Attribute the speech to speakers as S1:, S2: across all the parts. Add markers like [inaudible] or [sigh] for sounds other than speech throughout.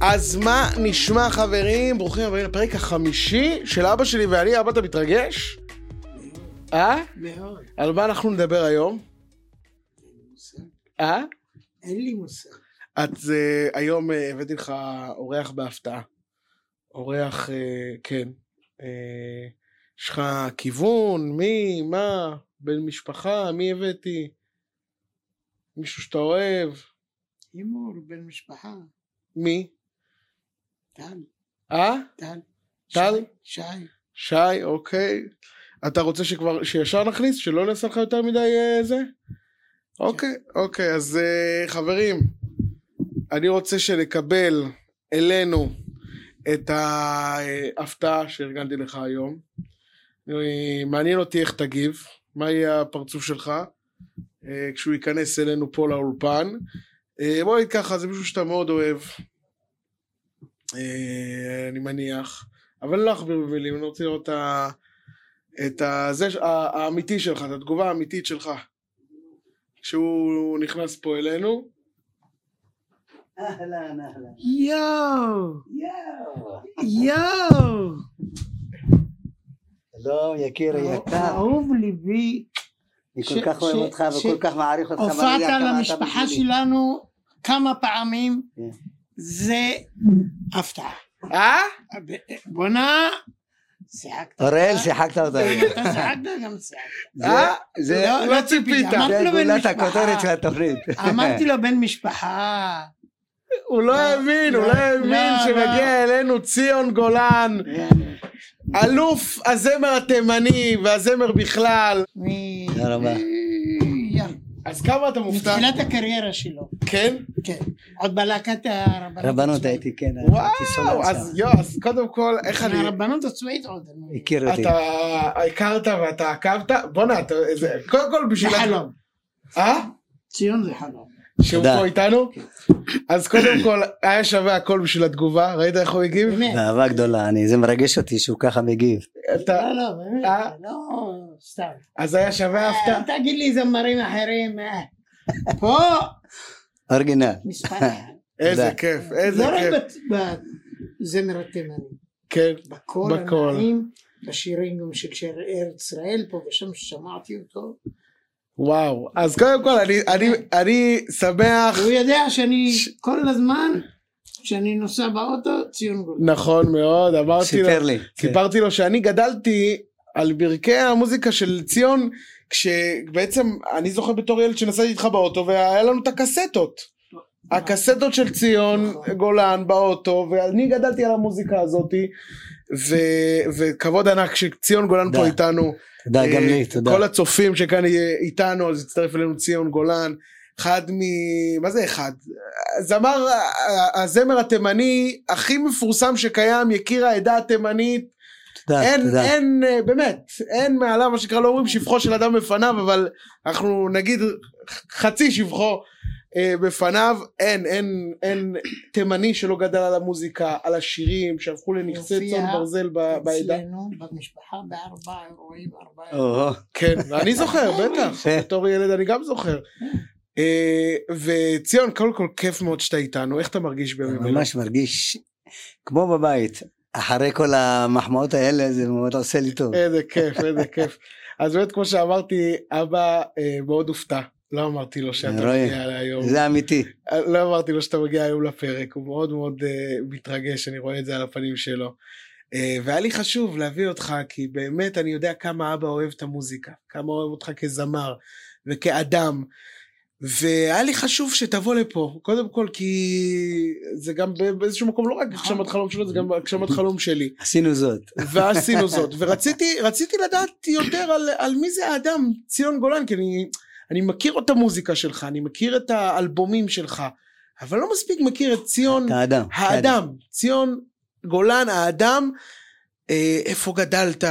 S1: אז מה נשמע חברים? ברוכים הבאים לפרק החמישי של אבא שלי ואני. אבא, אתה מתרגש? אה?
S2: מאוד.
S1: על מה אנחנו נדבר היום?
S2: מושג.
S1: אה?
S2: אין לי מושג.
S1: אז אה, היום אה, הבאתי לך אורח בהפתעה. אורח, אה, כן. אה, יש לך כיוון, מי, מה, בן משפחה, מי הבאתי? מישהו שאתה אוהב?
S2: הימור, בן משפחה,
S1: מי?
S2: טל,
S1: אה?
S2: טל.
S1: טל?
S2: שי, שי.
S1: שי, אוקיי. אתה רוצה שכבר, שישר נכניס? שלא נעשה לך יותר מדי אה, זה? אוקיי, אוקיי, אז אה, חברים, אני רוצה שנקבל אלינו את ההפתעה שארגנתי לך היום. אה, מעניין אותי איך תגיב, מה יהיה הפרצוף שלך אה, כשהוא ייכנס אלינו פה לאולפן. אה, בוא נגיד ככה, זה מישהו שאתה מאוד אוהב, אה, אני מניח. אבל לא אכביר במילים, אני רוצה לראות את ה- את ה... זה ש- ה- האמיתי שלך, את התגובה האמיתית שלך. כשהוא נכנס פה אלינו.
S3: אהלן, אהלן.
S2: יואו!
S3: יואו.
S2: יואו!
S3: שלום, יקירי יקר.
S2: אהוב ליבי,
S3: אני
S2: ש-
S3: כל כך אוהב
S2: ש-
S3: אותך
S2: ש-
S3: וכל כך מעריך אותך. ואני יודע
S2: הופעת
S3: כמה אתה
S2: למשפחה
S3: בשבילי.
S2: שלנו כמה פעמים,
S3: כן.
S2: זה הפתעה.
S1: אה?
S2: בואנה, שיחקת.
S3: אוראל, שיחקת אותה.
S2: אתה שיחקת גם
S3: [laughs]
S2: שיחקת.
S1: אה?
S3: זה
S1: לא- לא ציפית.
S2: אמרתי
S3: זה
S2: לו בן
S3: גולת
S2: משפחה.
S3: הכותרת של התוכנית.
S2: אמרתי לו בן משפחה.
S1: הוא לא האמין, הוא לא
S2: לא,
S1: האמין
S2: לא,
S1: שמגיע אלינו ציון גולן,
S3: כן.
S1: אלוף הזמר התימני והזמר בכלל.
S2: מ-
S3: תודה רבה.
S2: יא.
S1: אז כמה אתה מופתע?
S2: מתחילת הקריירה שלו,
S1: כן?
S2: כן. עוד בלהקת הרבנות.
S3: [laughs] רבנות
S2: הצבאית.
S3: הייתי, כן. הייתי
S1: וואו,
S3: סולן
S1: אז
S3: שם.
S1: יו, אז קודם כל, איך אני...
S2: הרבנות הצבאית עוד. אני-
S3: הכיר אותי.
S1: אתה הכרת ואתה עקבת? בואנה, אתה... זה- קודם כל
S2: זה
S1: בשביל...
S2: חלום.
S1: אה?
S2: ציון זה חלום.
S1: שהוא
S3: תודה.
S1: פה איתנו? אז קודם כל, היה שווה הכל בשביל התגובה, ראית איך הוא הגיב?
S2: באמת.
S3: באהבה גדולה, אני, זה מרגש אותי שהוא ככה מגיב.
S1: אתה-
S2: לא, לא, באמת.
S1: אה?
S2: לא, סתם.
S1: אז היה שווה ההפתעה.
S2: אל תגיד לי זמרים אחרים. אה. פה
S3: אורגינל.
S2: מספר אחד.
S1: איזה
S3: תודה.
S1: כיף, איזה
S2: לא רק
S1: כיף.
S2: בת- בזמר התימני.
S1: כן,
S2: בקול
S1: בקול.
S2: הנעים, בשירים גם של שיר ארץ ישראל, פה ושם ששמעתי אותו.
S1: וואו. אז קודם כל, אני- אני- אני שמח,
S2: הוא יודע שאני
S1: ש-
S2: כל הזמן, כשאני נוסע באוטו, ציון גולן.
S1: נכון מאוד, אמרתי לו,
S3: סיפר לי.
S1: סיפרתי לו שאני גדלתי על ברכי המוזיקה של ציון, כשבעצם, אני זוכר בתור ילד שנסעתי איתך באוטו, והיה לנו את הקסטות. הקסטות של ציון
S2: נכון.
S1: גולן באוטו, ואני גדלתי על המוזיקה הזאתי, ו- וכבוד ענק שציון גולן פה
S3: תודה.
S1: איתנו.
S3: תודה גם
S1: אה,
S3: לי, תודה.
S1: כל הצופים שכאן יהיה איתנו, אז הצטרף אלינו ציון גולן, אחד מ... מה זה אחד? זמר, הזמר התימני הכי מפורסם שקיים, יקיר העדה התימנית,
S3: תודה,
S1: אין,
S3: תודה.
S1: אין, אה, באמת, אין מעליו, מה שנקרא, לא אומרים שבחו של אדם בפניו, אבל אנחנו נגיד חצי שבחו אה, בפניו, אין, אין, אין תימני שלא גדל על המוזיקה, על השירים שהפכו לנכסי
S2: יופיע
S1: צאן ברזל ב- בעדה.
S2: אצלנו, במשפחה, בארבעה אירועים, ארבעה אירועים.
S3: או-הו,
S1: כן, אני זוכר, בטח,
S3: כן.
S1: בתור ילד אני גם זוכר. אה, וציון, קודם כל כיף מאוד שאתה איתנו, איך אתה מרגיש בימים אלה?
S3: ממש מרגיש כמו בבית. אחרי כל המחמאות האלה זה מאוד עושה לי טוב.
S1: איזה כיף, איזה כיף. אז באמת, כמו שאמרתי, אבא אה, מאוד הופתע. לא אמרתי לו שאתה
S3: אני רואה.
S1: מגיע להיום.
S3: זה אמיתי.
S1: לא אמרתי לו שאתה מגיע היום לפרק, הוא מאוד מאוד uh, מתרגש, אני רואה את זה על הפנים שלו. Uh, והיה לי חשוב להביא אותך, כי באמת אני יודע כמה אבא אוהב את המוזיקה, כמה אוהב אותך כזמר וכאדם. והיה לי חשוב שתבוא לפה, קודם כל כי זה גם באיזשהו מקום לא רק
S2: נכון.
S1: הגשמת חלום שלו, זה גם הגשמת חלום שלי.
S3: עשינו זאת.
S1: ועשינו זאת. ורציתי רציתי לדעת יותר על, על מי זה האדם, ציון גולן, כי אני, אני מכיר את המוזיקה שלך, אני מכיר את האלבומים שלך, אבל לא מספיק מכיר את ציון
S3: אתה אדם. אתה אדם.
S1: האדם, ציון גולן האדם, אה, איפה גדלת,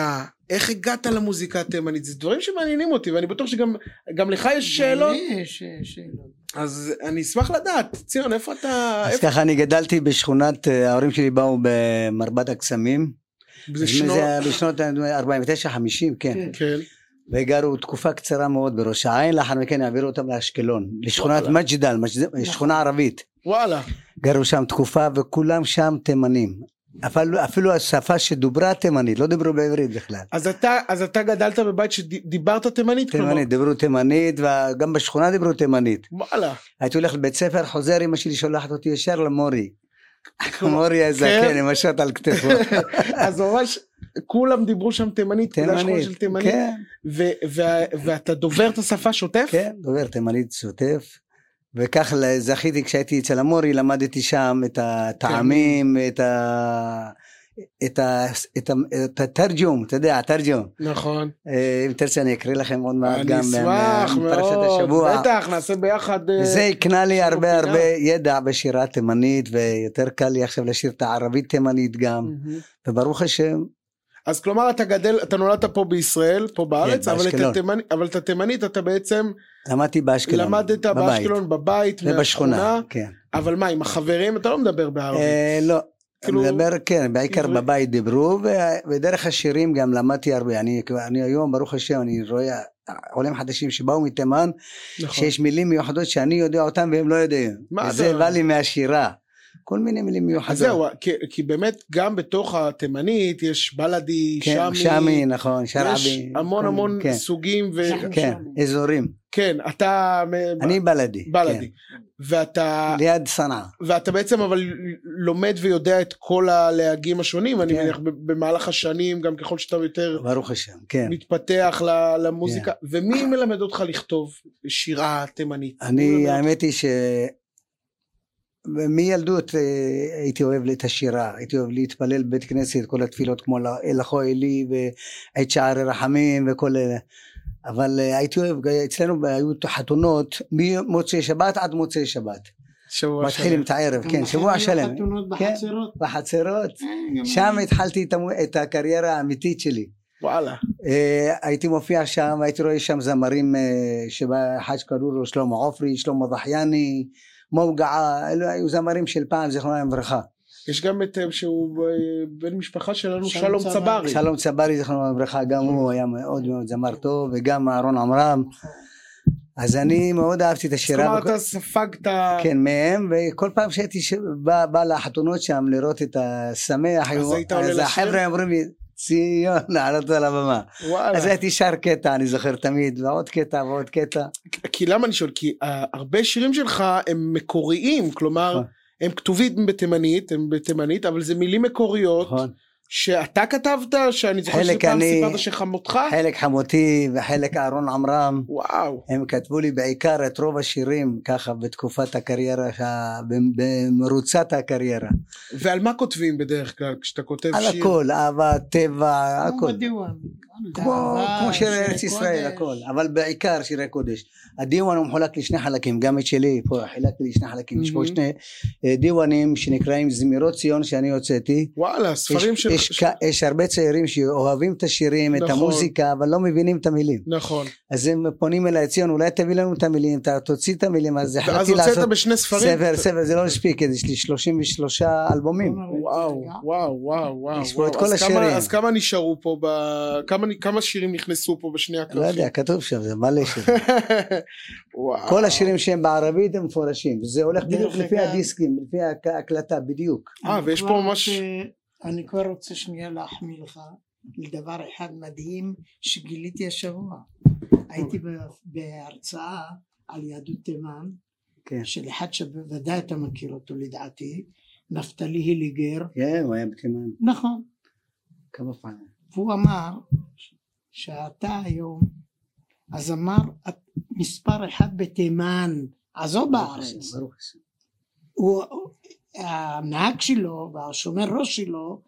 S1: איך הגעת למוזיקה התימנית, זה דברים שמעניינים אותי, ואני בטוח שגם גם לך יש שאלות,
S2: לי יש אה, שאלות.
S1: אז אני אשמח לדעת, ציון, איפה אתה,
S3: אז
S1: איפה,
S3: ככה אני גדלתי בשכונת, אה, ההורים שלי באו במרבד הקסמים.
S1: זה שנות,
S3: כן, זה היה בשנות 49-50, כן.
S2: כן.
S1: כן,
S3: וגרו תקופה קצרה מאוד
S1: נכון.
S3: בראש העין, לאחר מכן העבירו אותם לאשקלון, לשכונת מג'דל, מג'ד- שכונה ערבית.
S1: וואלה,
S3: גרו שם תקופה וכולם שם תימנים. אפילו, אפילו השפה שדוברה תימנית, לא דיברו בעברית בכלל.
S1: אז אתה, אז אתה גדלת בבית שדיברת תימנית? כלומר.
S3: תימנית, דיברו תימנית, וגם בשכונה דיברו תימנית.
S1: וואלה.
S3: הייתי הולך לבית ספר, חוזר, אמא שלי שולחת אותי ישר
S1: [laughs]
S3: למורי.
S1: כלומר,
S3: מורי הזקן
S1: כן.
S3: עם השוט על
S1: [laughs]
S3: כתפו.
S1: אז ממש כולם דיברו שם תימנית, כולה שכונה של
S3: תימנית,
S1: תימנית.
S3: כן,
S1: ו- ו- ואתה דובר את השפה שוטף?
S3: כן, דובר תימנית שוטף. וכך ל- זכיתי כשהייתי אצל המורי, למדתי שם את הטעמים,
S1: כן.
S3: את ה... את ה... את ה... את התרג'ום, אתה יודע, התרג'ום.
S1: נכון.
S3: אה, אם תרצה אני אקריא לכם עוד מעט
S1: אני
S3: גם אה,
S1: אשמח
S3: מפרשת
S1: מאוד.
S3: השבוע.
S1: בטח, נעשה ביחד. אה,
S3: וזה הקנה לי הרבה
S1: פינה.
S3: הרבה ידע בשירה תימנית, ויותר קל לי עכשיו לשיר את הערבית תימנית גם,
S1: מהמם.
S3: וברוך השם,
S1: אז כלומר אתה גדל, אתה נולדת פה בישראל, פה בארץ, אבל את
S3: כן, באשקלון.
S1: התימנ- אבל את התימנית אתה בעצם
S3: למדתי באשקלון.
S1: למדת באשקלון בבית,
S3: ובשכונה, כן.
S1: אבל מה, עם החברים אתה לא מדבר בערבית.
S3: אה, לא,
S1: כאילו-
S3: כאילו... מדבר, כן, בעיקר
S1: עברית.
S3: בבית דיברו, ו- ודרך השירים גם למדתי הרבה. אני, אני היום, ברוך השם, אני רואה עולים חדשים שבאו מתימן,
S1: נכון.
S3: שיש מילים מיוחדות שאני יודע אותן והם לא יודעים.
S1: מה
S3: זה
S1: אתה-
S3: בא לי מהשירה. כל מיני מילים מיוחדות.
S1: אז זהו, כי, כי באמת גם בתוך התימנית יש בלאדי,
S3: כן,
S1: שמי,
S3: שמי, נכון, שרעבי.
S1: יש המון
S3: כל-
S1: המון
S3: כן,
S1: סוגים, ו...
S2: שמי.
S3: כן,
S2: שמי.
S3: אזורים.
S1: כן, אתה מ-
S3: אני בלדי.
S1: בלאדי, ואתה,
S3: כן. ליד צנעא.
S1: ואתה בעצם אבל לומד ויודע את כל הלהגים השונים, אני
S3: כן.
S1: מניח ב- במהלך השנים, גם ככל שאתה יותר
S3: ברוך השם, כן.
S1: מתפתח ל- למוזיקה, ומי מלמד אותך לכתוב שירה תימנית? מי
S3: אני,
S1: מלמד אותך?
S3: האמת היא ש... מילדות אה, הייתי אוהב את השירה, הייתי אוהב להתפלל בבית כנסת, כל התפילות כמו ל- לכו אלי ועת שערי רחמים וכל אלה. אבל אה, הייתי אוהב, אצלנו היו חתונות ממוצאי שבת עד מוצאי שבת.
S1: שבוע
S3: מתחילים
S1: שלם.
S3: את הערב,
S2: גם
S3: כן,
S2: לכם
S3: שבוע
S2: היו
S3: שלם.
S2: חתונות
S3: כן,
S2: בחצרות.
S3: בחצרות.
S2: אה, גם
S3: שם
S2: אני.
S3: התחלתי את המו- את הקריירה האמיתית שלי.
S1: וואלה,
S3: אה, הייתי מופיע שם, הייתי רואה שם זמרים אה, שבא אחד שקראו לו שלמה עופרי, שלמה דחיאני, מוגעה, אלו היו זמרים של פעם, זיכרונם לברכה.
S1: יש גם את אה, שהוא אה, בן משפחה שלנו,
S2: שלום
S1: שלום צברי.
S2: צברי.
S3: שלום צברי, זיכרונם לברכה, גם הוא היה מאוד מאוד זמר טוב, וגם אהרון עמרם. אז אני מאוד אהבתי את השירה.
S1: כלומר אתה ספגת...
S3: כן, מהם, וכל פעם שהייתי ש- בא, בא לחתונות שם לראות את השמח,
S1: אז
S3: היו-
S1: היית עולה
S3: אז
S1: לשיר?
S3: החבר'ה אומרים לי, ציון, [laughs] לעלות על הבמה.
S1: וואלה.
S3: אז הייתי שר קטע, אני זוכר תמיד, ועוד קטע ועוד קטע.
S1: כי למה אני שואל? כי אה, הרבה שירים שלך הם מקוריים, כלומר,
S3: נכון.
S1: הם כתובים בתימנית, הם בתימנית, אבל זה מילים מקוריות
S3: נכון.
S1: שאתה כתבת, שאני זוכר
S3: חלק
S1: שפעם
S3: אני-
S1: סיפרת שחמותך,
S3: חלק חמותי וחלק אהרון עמרם.
S1: וואו,
S3: הם כתבו לי בעיקר את רוב השירים ככה בתקופת הקריירה, שה- במ- במרוצת הקריירה.
S1: ועל מה כותבים בדרך כלל כשאתה כותב
S3: על
S1: שיר? אה,
S3: הכל, אהבה, טבע,
S2: כמו
S3: הכל.
S2: בדיוואן.
S3: כמו,
S2: אהבה,
S3: כמו שירי ארץ
S2: קודש.
S3: ישראל, הכל, אבל בעיקר שירי קודש. הדיוואן הוא מחולק לשני חלקים, גם את שלי, פה חילקתי לשני חלקים, יש פה
S1: מהמם.
S3: שני אה, דיוואנים שנקראים זמירות ציון שאני הוצאתי.
S1: וואלה, ספרים
S3: יש,
S1: של...
S3: יש, כ- יש הרבה צעירים שאוהבים את השירים, את
S1: נכון.
S3: המוזיקה, אבל לא מבינים את המילים.
S1: נכון,
S3: אז הם פונים אליי, ציון, אולי תביא לנו את המילים, אתה תוציא את המילים, אז
S1: ואז
S3: החלטתי
S1: הוצאת
S3: לעשות
S1: בשני ספרים?
S3: ספר, ספר, זה לא הספיק, יש לי 33 אלבומים.
S1: וואו, וואו, וואו, וואו.
S3: יש פה את
S1: וואו.
S3: כל
S1: אז כמה-
S3: השירים.
S1: אז כמה נשארו פה, ב... כמה, כמה שירים נכנסו פה בשני
S3: [laughs]
S1: הכרכים?
S3: לא יודע, כתוב שם, זה מלא שירים.
S1: וואו.
S3: כל השירים שהם בערבית הם מפורשים, זה הולך
S2: דרך
S3: בדיוק לפי
S2: אגב-
S3: הדיסקים, לפי ההק- ההקלטה, בדיוק.
S1: אה,
S2: אני
S1: ויש
S2: כבר
S1: פה ממש-
S2: רוצה- אני כבר רוצה שנייה להחמיא לך לדבר אחד מדהים שגיליתי השבוע.
S3: אוקיי.
S2: הייתי ב- בהרצאה על יהדות תימן
S3: כן,
S2: של אחד שבוודאי אתה מכיר אותו לדעתי, נפתלי היליגר.
S3: כן, הוא היה בתימן
S2: נכון.
S3: כמה פעמים.
S2: והוא אמר שאתה היום הזמר את- מספר אחד בתימן, עזוב
S3: ברוך
S2: לא בארץ.
S3: השם, ברוך השם.
S2: הוא, הנהג שלו והשומר ראש שלו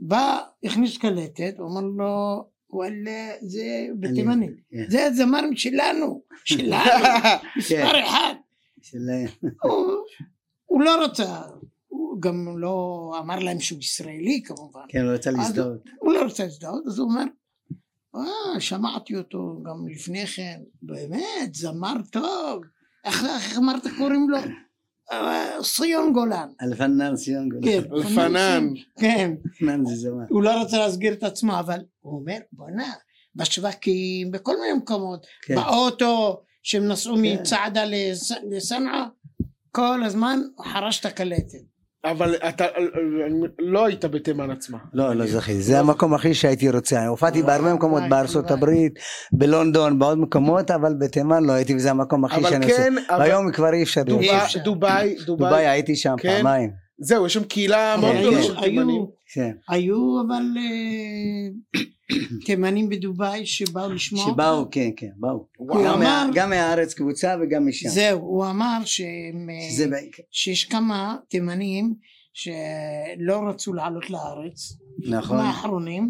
S2: בא, הכניס קלטת, הוא אמר לו וואלה זה בתימנית,
S3: כן.
S2: זה הזמר שלנו, שלנו, מספר אחד.
S3: שלהם.
S2: הוא- הוא לא רצה, הוא גם לא אמר להם שהוא ישראלי כמובן,
S3: כן, הוא רצה להזדהות.
S2: הוא לא רצה להזדהות, אז הוא אומר, אה, שמעתי אותו גם לפני כן, באמת, זמר טוב, איך איך אמרת קוראים לו? "אה, ציון גולן.
S3: אלפנן ציון גולן. [laughs]
S2: כן,
S1: אלפנן.
S2: כן,
S3: אלפנן זה זמן.
S2: הוא לא רצה להסגיר את עצמו, אבל הוא אומר, בואנה, בשווקים, בכל מיני מקומות,
S3: כן.
S2: באוטו, שהם נסעו
S3: כן.
S2: מצעדה לס- לסנעה, כל הזמן חרש את הקלטת.
S1: אבל אתה לא היית בתימן עצמה.
S3: לא, לא זכיתי, זה המקום הכי שהייתי רוצה, אני הופעתי בהרבה מקומות,
S2: וואי,
S3: בארצות
S2: וואי.
S3: הברית, בלונדון, בעוד מקומות, אבל בתימן לא הייתי, וזה המקום הכי
S1: אבל
S3: שאני רוצה.
S1: כן, אבל
S3: היום כבר אי אפשר
S1: דובאי- אה,
S3: להיות.
S2: אי אפשר.
S1: דובאי,
S3: דובאי
S1: דובאי,
S3: הייתי שם
S1: כן.
S3: פעמיים.
S1: זהו, יש שם קהילה מאוד
S3: כן,
S1: גדולה
S3: כן.
S1: של
S2: היו-
S1: תימנים.
S3: כן.
S2: היו אבל אה, תימנים בדובאי שבאו לשמוע.
S3: שבאו,
S2: אותך.
S3: כן, כן, באו.
S1: וואו.
S3: גם מה-
S2: אמר-
S3: גם מהארץ קבוצה וגם משם. כן.
S2: זהו, הוא אמר שהם, אה,
S3: זה בעיקר.
S2: שיש כמה תימנים שלא רצו לעלות לארץ,
S3: נכון.
S2: מהאחרונים,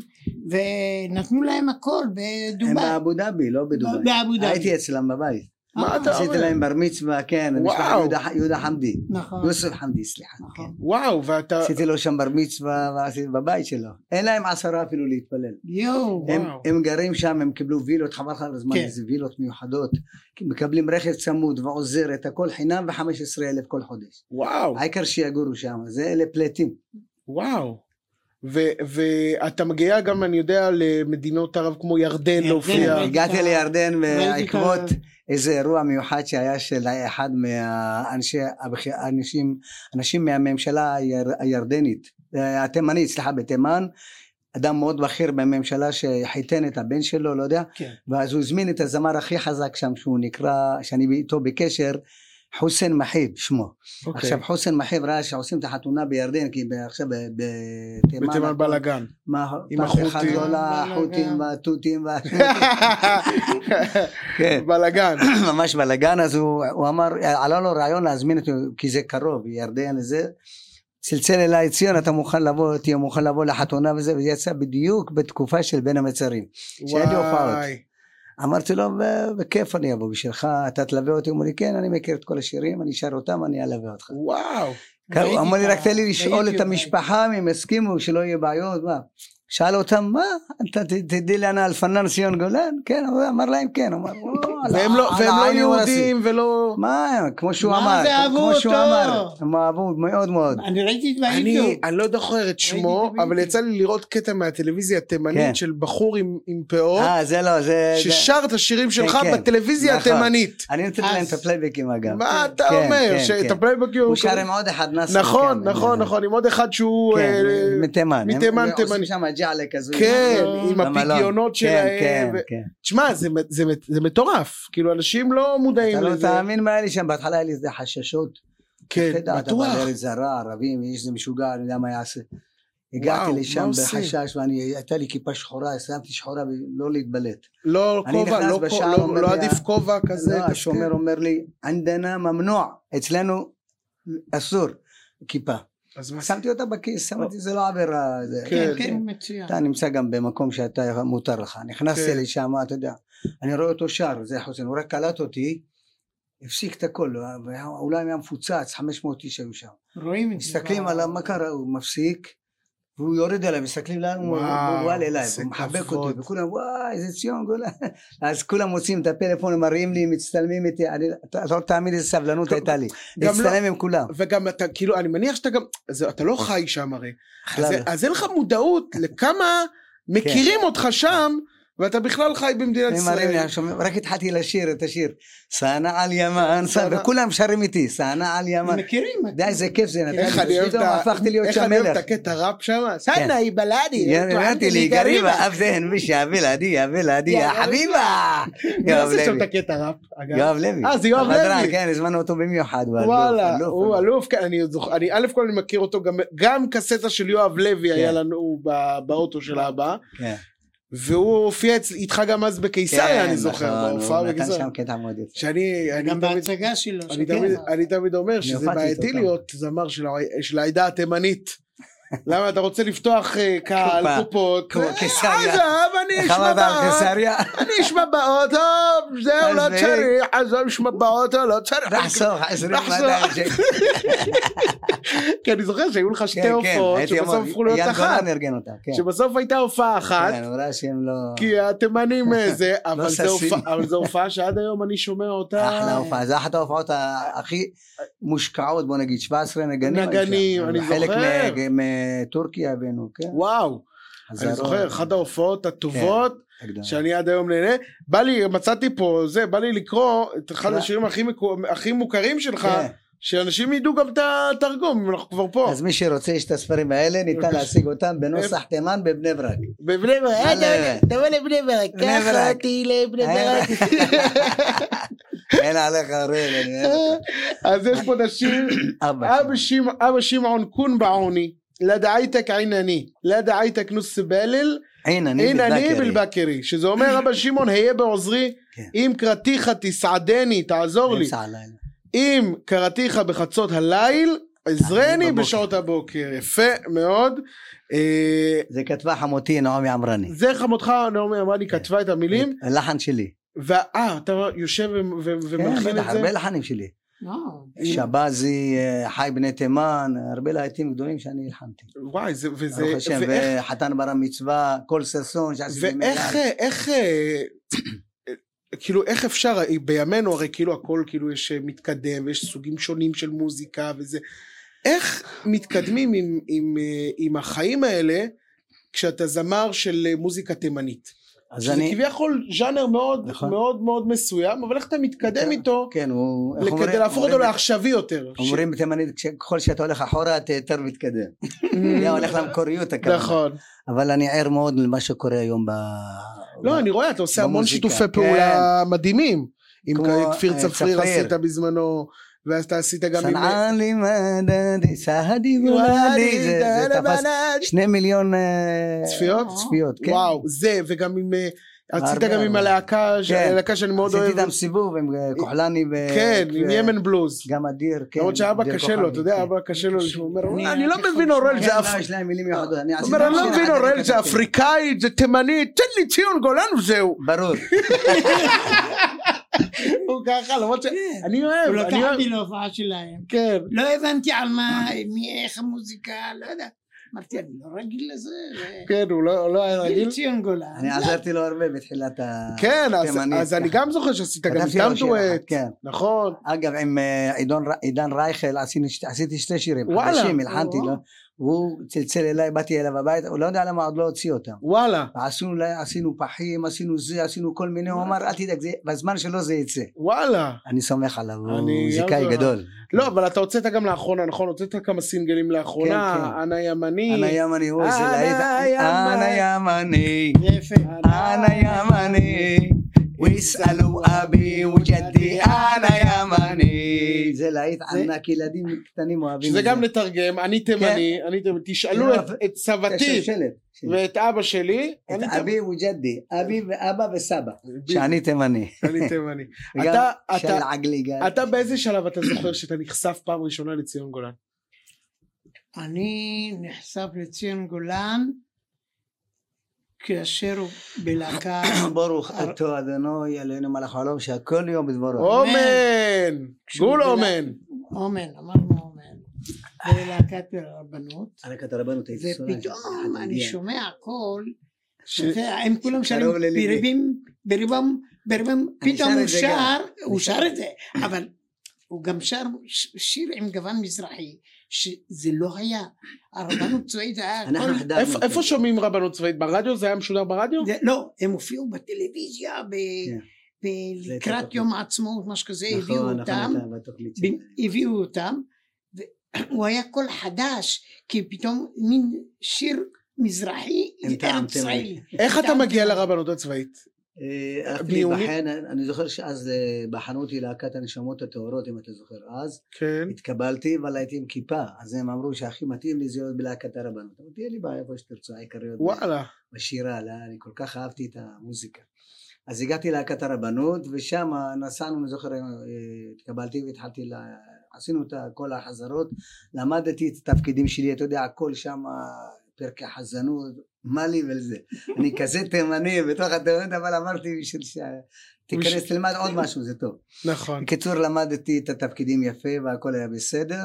S2: ונתנו להם הכל
S3: הם
S2: בדובאי.
S3: באבו דאבי, לא בדובאי.
S2: באבו אה, דאבי.
S3: הייתי אצלם בבית.
S1: מה אתה
S3: עשיתי
S1: אומר?
S3: להם בר מצווה, כן, המשפחה
S1: וואו. אה.
S3: יהודה- יהודה חמדי.
S2: נכון.
S3: יוסף חמדי, סליחה.
S2: נכון.
S3: כן.
S1: וואו, ואתה...
S3: עשיתי לו שם בר מצווה, ועשיתי בבית שלו. אין להם עשרה אפילו להתפלל.
S2: יואו.
S3: הם,
S1: וואו.
S3: הם גרים שם, הם קיבלו וילות, חבל לך על הזמן,
S2: כן.
S3: איזה וילות מיוחדות. כי מקבלים רכב צמוד ועוזרת, הכל חינם ו-15 אלף כל חודש.
S1: וואו,
S3: העיקר שיגורו שם, זה אלה פלטים.
S1: וואו. ו- ואתה מגיע גם, אני יודע, למדינות ערב כמו ירדן
S2: ירדן,
S1: להופיע.
S2: כן, ראיתי.
S3: כאילו, הגעתי
S2: את ה-
S3: לירדן
S2: ראיתי את ה-
S3: בעקבות איזה אירוע מיוחד שהיה של אחד מהאנשי, אנשים, אנשים מהממשלה היר, הירדנית, אה, התימנית, סליחה, בתימן. אדם מאוד בכיר בממשלה שחיתן את הבן שלו, לא יודע,
S2: כן.
S3: ואז הוא הזמין את הזמר הכי חזק שם, שהוא נקרא, שאני איתו בקשר, חוסן מחיב שמו. Okay.
S1: אוקיי.
S3: עכשיו חוסן מחיב ראה שעושים את החתונה בירדן, כי ב- עכשיו ב- בתימן,
S1: בתימן
S3: [laughs]
S1: בלאגן.
S3: מה,
S1: עם
S3: מהפכה
S1: החות'ים.
S3: גדולה,
S2: בלגן.
S3: החות'ים והתותים, וה- כן.
S1: בלאגן.
S3: [clears throat] ממש בלאגן, אז הוא, הוא אמר, עלה לו רעיון להזמין אותו, כי זה קרוב, ירדן לזה. צלצל אליי ציון, אתה מוכן לבוא, תהיה מוכן לבוא לחתונה וזה, וזה יצא בדיוק בתקופה של בין המצרים. שאין לי הופעות.
S1: וואי.
S3: אמרתי לו, "ב- בכיף אני אבוא בשבילך, אתה תלווה אותי? הוא אומר לי, כן, אני מכיר את כל השירים, אני שר אותם, אני אלווה אותך.
S1: וואו.
S3: קראו,
S2: ראיתי
S3: אמר לי
S2: את ה-
S3: רק תן לי לשאול את
S2: ביוטיוב
S3: המשפחה אם הם יסכימו שלא יהיה בעיות מה. שאל אותם מה אתה ת- תדעי לאן אלפנן ציון גולן כן הוא אמר להם כן הוא אמר "וואלה,
S1: והם לא-
S3: על
S1: והם לא
S3: העין ורסי".
S1: יהודים ולא...
S3: מה כמו שהוא
S2: מה
S3: אמר
S2: זה אהבו
S3: כמו שהוא
S2: אותו?
S3: אמר הם אהבו מאוד מאוד
S2: ראיתי. אני ראיתי את
S1: אני,
S2: באיטו.
S1: אני לא זוכר את שמו,
S2: ראיתי,
S1: אבל
S2: ראיתי.
S1: יצא לי לראות קטע מהטלוויזיה
S3: כן.
S1: התימנית של בחור עם עם פאות,
S3: אה זה לא זה זה-
S1: ששר את השירים שלך
S3: כן,
S1: בטלוויזיה
S3: נכון.
S1: התימנית.
S3: אני נותן להם את
S2: אז-
S3: הפלייבקים אגב
S1: מה אתה
S3: כן,
S1: אומר?
S3: כן,
S1: שאת
S3: כן.
S1: הפלייבקיו...
S3: הוא שר עם עוד אחד נאסר
S1: נכון,
S3: כן,
S1: נכון,
S3: כן.
S1: נכון, עם עוד אחד שהוא...
S3: כן,
S1: אה,
S3: מתימן הם-
S1: מתימן,
S3: הם עושים
S1: תימני.
S3: שם ג'עלה כזו
S1: כן, עם
S3: במלון.
S1: הפדיונות שלהם.
S3: כן
S1: ו-
S3: כן כן
S1: תשמע, זה, זה, זה מטורף. כאילו, אנשים לא מודעים
S3: אתה לא
S1: לזה.
S3: תאמין מה היה לי שם, בהתחלה היה לי איזה חששות.
S1: כן,
S3: אתה יודע, אתה
S1: בטוח.
S3: בעל ארץ זרה, ערבים, איש זה משוגע, אני יודע מה יעשה. הגעתי
S1: וואו,
S3: לשם
S1: מה עושים?
S3: בחשש, ואני, הייתה לי כיפה שחורה, שמתי שחורה ולא להתבלט.
S1: לא
S3: אני
S1: כובע,
S3: נכנס
S1: לא,
S3: בשער,
S1: לא-
S3: אומר
S1: לא
S3: לי,
S1: עדיף כובע
S3: אז
S1: כזה. כזה.
S3: השומר אומר לי, ענדנה ממנוע, אצלנו אסור כיפה.
S1: אז מה
S3: שמתי אותה בכיס, אמרתי, זה לא עבירה. זה-
S1: כן,
S2: כן, כן, מצוין.
S3: אתה נמצא גם במקום שאתה מותר לך. נכנסתי
S1: כן.
S3: לשם, אתה יודע, אני רואה אותו שר, זה חוסן, הוא רק קלט אותי, הפסיק את הכל, האולם היה מפוצץ, 500 איש היו שם.
S2: רואים את זה.
S3: מסתכלים
S2: כבר.
S3: עליו, מה קרה, הוא מפסיק, והוא יורד אליו, מסתכלים לאן הוא
S1: וואו,
S3: הוא בא אליי,
S1: איזה
S3: הוא מחבק
S1: כבוד.
S3: אותי, וכולם, וואי, איזה ציון גולן. אז כולם מוצאים את הפלאפון, מראים לי, מצטלמים איתי, אני- אתה אתה לא תאמין איזה סבלנות
S1: גם-
S3: הייתה לי,
S1: גם לא-
S3: להצטלם עם כולם.
S1: וגם אתה, כאילו, אני מניח שאתה גם, זה, אתה לא חי שם הרי. אז,
S3: בכלל. לא.
S1: אז אין לך מודעות לכמה מכירים אותך שם, ואתה בכלל חי במדינת
S3: הם מראים לי,
S1: ישראל.
S3: אני שומע- רק התחלתי לשיר את השיר, סענה על ימן, סע-
S1: סענה.
S3: וכולם שרים איתי, סענה על ימן.
S2: מכירים?
S3: די, איזה כיף זה
S1: איך
S3: נתן
S1: אני
S3: לי,
S1: אוהב
S3: פתאום
S1: את ה-
S3: הפכתי להיות
S1: איך
S3: שם
S1: אני אוהב את
S3: מלך.
S1: הקטע ראפ שם?
S3: כן.
S1: סנה, היא בלאדי. לא
S3: يا بناتي اللي قريبة أبدين مش يا بلادي يا بلادي يا
S1: يا
S3: حبيبة
S1: מי
S3: يا
S1: עושה שם את
S3: بلادي
S1: הקטע ראפ? אגב?
S3: יואב לוי.
S1: אה, זה יואב
S3: המדרן,
S1: לוי.
S3: כן, הזמנו אותו במיוחד. הוא אלוף,
S1: וואלה,
S3: אלוף,
S1: הוא
S3: אלוף.
S1: אלוף, כן, אני זוכר, אני א' כל אני מכיר אותו, גם- גם קסטה של יואב לוי היה
S3: כן.
S1: לנו ב- באוטו של האבא,
S3: כן.
S1: והוא הופיע אצל- איתך גם אז בקיסריה,
S3: כן,
S1: אני זוכר,
S3: נכון,
S1: בהופעה
S3: הוא נתן
S1: בקיסריה.
S3: שם קטע מאוד יפה.
S1: שאני, אני
S2: גם
S1: תמיד,
S2: בהצגה שלו.
S1: אני
S2: שכן.
S1: תמיד, אני תמיד אומר שזה
S3: הופעתי
S1: בעייתי
S3: איתו גם.
S1: להיות זמר של ה- של העדה
S3: [laughs]
S1: התימנית. למה אתה רוצה לפתוח אה, קהל,
S3: קופה.
S1: קופות,
S3: כמו
S1: אה,
S3: קיסריה.
S1: עזוב, אני
S3: איך
S1: אשמע
S3: אמרת על
S1: באוטו, [laughs]
S3: קיסריה?
S1: אני אשמע באוטו, זהו, לא
S3: אז זה-
S1: צריך, עזוב, אשמע באוטו, לא צריך.
S3: לחסוך עשרים
S1: לחסוך.
S3: מדעי שקל.
S1: [laughs] כי אני זוכר שהיו לך
S3: כן,
S1: שתי
S3: כן,
S1: הופעות
S3: הייתי
S1: שבסוף
S3: אמר,
S1: הפכו להיות
S3: אייל
S1: אחת.
S3: גולן ארגן אותה, כן.
S1: שבסוף הייתה הופעה אחת,
S3: כן, הוא ראה שהם לא...
S1: כי התימנים אה,
S3: [laughs]
S1: זה, אבל זה
S3: ששים.
S1: הופעה- אבל זו הופעה שעד היום אני שומע
S3: [laughs] אחלה
S1: אותה.
S3: הופעה, זו אחת ההופעות ה- הכי מושקעות, בוא נגיד, 17 נגנים. היו שם.
S1: נגנים, אני
S3: חלק
S1: זוכר.
S3: מ- מטורקיה הבאנו, כן.
S1: וואו, אני
S3: חזרות,
S1: זוכר, אחת ההופעות הטובות
S3: הקדמה.
S1: שאני עד היום נהנה. בא לי, מצאתי פה זה, בא לי לקרוא את אחד
S3: כן.
S1: השירים הכי מקו- הכי מוכרים שלך,
S3: כן.
S1: שאנשים ידעו גם את התרגום, אם אנחנו כבר פה.
S3: אז מי שרוצה יש את הספרים האלה, ניתן
S1: בבקשה.
S3: להשיג אותם בנוסח תימן בבני ברק.
S1: בבני ברק,
S3: אה,
S1: אה,
S3: לא,
S1: תבוא לבני ברק,
S3: בני
S1: ככה
S3: ברק.
S1: אותי לבני
S3: אה,
S1: ברק.
S3: אין עליך הראל, אני אוהב אותך.
S1: אז יש פה
S3: [coughs]
S1: נשיר,
S3: אבא.
S1: אה, אבא שמע- אבא שמעון קון בעוני, לא דעייתק עינני, לא דעייתק נוס בלל,
S3: הנה, אני
S1: עינני
S3: בבקרי.
S1: בלבקרי. שזה אומר אבא שמעון, היה בעוזרי,
S3: כן.
S1: אם קראתיך תסעדני, תעזור לי.
S3: באמצע הלילה.
S1: אם קראתיך בחצות הליל, עזרני
S3: בבוקר.
S1: בשעות הבוקר. יפה מאוד. אה,
S3: זה כתבה חמותי נעמי עמרני.
S1: זה חמותך, נעמי אמרה
S3: כן.
S1: לי, כתבה את המילים,
S3: לחן שלי.
S1: ואה, אתה יושב ו- ו-
S3: כן,
S1: ומלחין
S3: בטח,
S1: את זה.
S3: הרבה לחנים שלי.
S2: לא,
S3: שבזי, אה, חי בני תימן, הרבה להיטים גדולים שאני הלחמתי.
S1: וואי, זה, וזה,
S3: ברוך השם,
S1: ואיך
S3: וחתן בר המצווה, כל ששון שעשיתי
S1: ואיך, אה, איך, אה, כאילו, איך אפשר, אה, בימינו הרי כאילו הכל כאילו יש אה, מתקדם, ויש סוגים שונים של מוזיקה וזה, איך מתקדמים עם, עם, אה, עם החיים האלה כשאתה זמר של אה, מוזיקה תימנית?
S3: אז
S1: שזה
S3: אני,
S1: כביכול ז'אנר מאוד,
S3: נכון.
S1: מאוד מאוד מסוים, אבל איך אתה מתקדם
S3: כן.
S1: איתו
S3: כן, הוא, איך אומרים-
S1: כדי להפוך אותו
S3: אומרים-
S1: לעכשווי יותר? ש-
S3: אומרים בתימנית, כש- ככל שאתה הולך אחורה אתה יותר מתקדם.
S1: Mm.
S3: אתה הולך למקוריות הכוונה.
S1: נכון.
S3: אבל אני ער מאוד למה שקורה היום ב...
S1: לא, אני רואה, אתה עושה המון
S3: במוזיקה,
S1: שיתופי
S3: כן.
S1: פעולה מדהימים. עם
S3: כמו,
S1: כ- כפיר
S3: אה,
S1: צפריר
S3: צפריר.
S1: עשית בזמנו, ואז אתה עשית גם עם... אה,
S3: סנען לי מדדי, סהדי ולדי, אה, זה זה תפס שני מיליון אה,
S1: צפיות?
S3: צפיות, כן.
S1: וואו, זה, וגם עם... אה, עשית
S3: הרבה,
S1: גם עם
S3: הרבה.
S1: הלהקה, ש-
S3: כן.
S1: הלהקה שאני מאוד
S3: עשיתי
S1: אוהב.
S3: איתם סיבוב עם אה, כוחלני ו...
S1: כן, עם
S3: ו-
S1: ימן בלוז.
S3: גם אדיר, כן.
S1: למרות שאבא
S3: אדיר
S1: קשה לו,
S3: כוכבי,
S1: אתה יודע,
S3: כן.
S1: אבא קשה לו, שהוא אומר,
S2: אני-
S1: אני לא
S2: אני
S1: מבין
S2: יכול
S1: אורל
S2: לשמוע.
S1: זה
S3: כן,
S1: אפ...
S3: לא, יש להם מילים מיוחדות. אני
S1: הוא
S3: עשיתי
S1: אומר, אני לא
S3: משהו
S1: מבין
S3: אחד,
S1: אורל
S3: אני
S1: זה
S3: כתבתי.
S1: אפריקאית, זה תימנית, תן לי ציון גולן וזהו.
S3: ברור.
S1: הוא ככה, למרות ש... אני
S2: הוא
S1: אוהב, אני לא-
S2: לקח
S1: אוהב.
S2: אותי להופעה שלהם.
S1: כן.
S2: לא הבנתי על מה, מי, איך המוזיקה, לא יודע. אמרתי, אני לא רגיל לזה. זה-
S1: כן, הוא לא הוא לא היה רגיל.
S2: גיל ציון גולן.
S3: אני עזרתי לו הרבה בתחילת ה...
S1: כן, אז-
S3: התימנית,
S1: אז אני
S3: ככה.
S1: גם זוכר שעשית גם
S3: כתבתי לו
S1: איתם
S3: שיר אחד,
S1: דואט.
S3: כן.
S1: נכון.
S3: אגב, עם אה, עידון ר- עידן רייכל עשינו שתי- עשיתי שתי שירים.
S1: וואלה.
S3: חדשים, הלחנתי
S2: וואו.
S3: לו. והוא צלצל אליי, באתי אליו הביתה, הוא לא יודע למה עוד לא הוציא אותם.
S1: וואלה,
S3: עשינו, לה- עשינו פחים, עשינו זה, עשינו כל מיני, הוא אמר, אל תדאג, זה- בזמן שלו זה יצא.
S1: וואלה.
S3: אני סומך עליו, הוא
S1: אני-
S3: מוזיקאי
S1: גם-
S3: גדול.
S1: לא, אבל אתה הוצאת גם לאחרונה, נכון? הוצאת כמה סינגלים
S3: כן, כן.
S1: לאחרונה, אנה ימני.
S3: אנא ימני, הוא זה
S1: אנא
S3: להיט.
S1: ימני.
S3: אנא ימני.
S2: יפה.
S3: أنا يمني واسألوا أبي وجدي أنا يمني זה להיט ענק, ילדים קטנים אוהבים.
S1: שזה
S3: את
S1: גם
S3: זה.
S1: לתרגם,
S3: כן.
S1: אני תימני, אני תימני, תשאלו
S3: לא,
S1: את-
S3: אבל-
S1: את
S3: יש
S1: סבתי
S3: שלט. שלט.
S1: ואת אבא שלי,
S3: את
S1: אני תימני.
S3: אבי וג'די, אבי ואבא וסבא, שאני תימני.
S1: אני תימני.
S3: וגם
S1: אתה-
S3: של
S1: אתה-
S3: עגלי גל.
S1: אתה באיזה שלב אתה זוכר שאתה נחשף פעם ראשונה לציון גולן?
S2: אני נחשף לציון גולן כאשר הוא בלהקה.
S3: ברוך
S1: אה,
S3: אתו אדוני אלוהינו מלך העולם שהכל יום בדברו.
S1: אומן!
S2: כשהוא
S1: גול
S2: בלה-
S1: אומן!
S2: [coughs] אומן, אמרנו אומן. בלהקת הרבנות.
S3: רק את הרבנות הייתי שונא.
S2: ופתאום אני שומע קול,
S1: ש-
S2: אתה יודע, הם כולם
S3: שקרוב
S2: שרים
S3: לליבי.
S2: בריבים, בריבם, בריבם,
S3: אני
S2: פתאום
S3: שר
S2: הוא
S3: את זה גם.
S2: שר, הוא
S3: אני
S2: שר
S3: שר.
S2: את זה, אבל הוא גם שר ש- שיר עם גוון מזרחי, שזה לא היה, הרבנות צבאית היה
S3: אנחנו
S2: הכל-
S3: חדרנו.
S1: איפה- איפה שומעים רבנות צבאית? ברדיו? זה היה משודר ברדיו?
S2: זה- לא, הם הופיעו בטלוויזיה, ב-
S3: כן.
S2: ב-
S3: זה הייתה
S2: לקראת
S3: תוכנית.
S2: יום העצמאות, משהו כזה,
S3: נכון,
S2: הביאו
S3: נכון,
S2: אותם,
S3: אתה בתוכנית שלי.
S2: ב- הביאו אותם, [clears throat] והוא היה קול חדש, כי פתאום מין שיר מזרחי,
S3: הם טעם
S2: ארץ ישראל.
S1: איך אתה
S2: טעם
S1: מגיע
S2: תימני.
S1: לרבנות הצבאית?
S3: אה, הלכתי
S1: ביוני?
S3: להיבחן, אני זוכר שאז אה, בחנו אותי להקת הנשמות הטהורות, אם אתה זוכר אז,
S1: כן.
S3: התקבלתי, אבל הייתי עם כיפה, אז הם אמרו שהכי מתאים לי זה להיות בלהקת הרבנות. אמרתי, אין לי בעיה, איפה שתרצו, העיקר להיות
S1: וואלה.
S3: בשירה, לא, אני כל כך אהבתי את המוזיקה. אז הגעתי להקת הרבנות, ושם נסענו, אני זוכר, אה, התקבלתי והתחלתי, לה... עשינו את כל החזרות, למדתי את התפקידים שלי, אתה יודע, הכל שם, פרקי חזנות, מה לי ולזה. אני כזה תימני בתוך התימנית, אבל אמרתי, בשביל ש... תיכנס, תלמד עוד משהו, זה טוב.
S1: נכון.
S3: בקיצור, למדתי את התפקידים יפה והכל היה בסדר.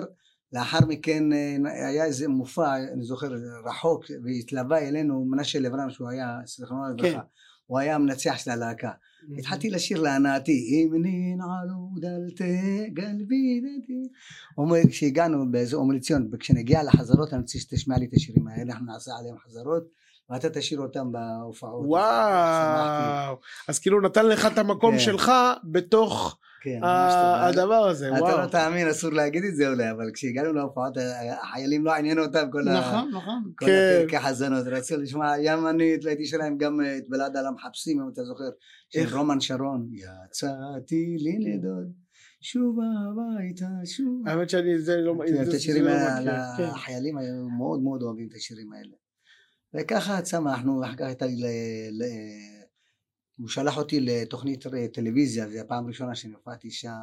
S3: לאחר מכן אה, היה איזה מופע, אני זוכר, רחוק, והתלווה אלינו מנשה לברם, שהוא היה, זכרונו לברכה,
S2: כן.
S3: הוא היה המנצח של הלהקה. התחלתי לשיר להנאתי, אם ננעלו דלתי גלבי דתי. הוא אומר, כשהגענו באיזה אום לציון, וכשנגיע לחזרות, אני רוצה שתשמע לי את השירים האלה, אנחנו נעשה עליהם חזרות, ואתה תשאיר אותם בהופעות. שמחתי.
S1: וואו. אז כאילו נתן לך את המקום
S3: כן.
S1: שלך בתוך
S3: כן, ממש
S1: ה-
S3: טובה.
S1: הדבר הזה,
S3: אתה לא
S1: וואו.
S3: תאמין, אסור להגיד את זה אולי, אבל כשהגענו להופעות, החיילים לא עניינו אותם כל ה-
S2: נכון, נכון.
S3: כל
S1: כן.
S3: הפרקי חזנות, רצו לשמוע ימנית, והייתי שלהם גם אה, את בלד על המחפשים, אם אתה זוכר,
S1: איך?
S3: של רומן שרון. יצאתי לי לדוד, שוב הביתה, שוב.
S1: האמת שאני זה לא...
S3: כן,
S1: זה-
S3: את
S1: זה
S3: השירים
S1: לא
S3: האלה,
S1: מכיר, כן.
S3: החיילים היו מאוד מאוד אוהבים את השירים האלה. וככה צמחנו, ואחר כך הייתה לי... ל- ל- הוא שלח אותי לתוכנית ר- טלוויזיה, זו הפעם הראשונה שאני הופעתי שם,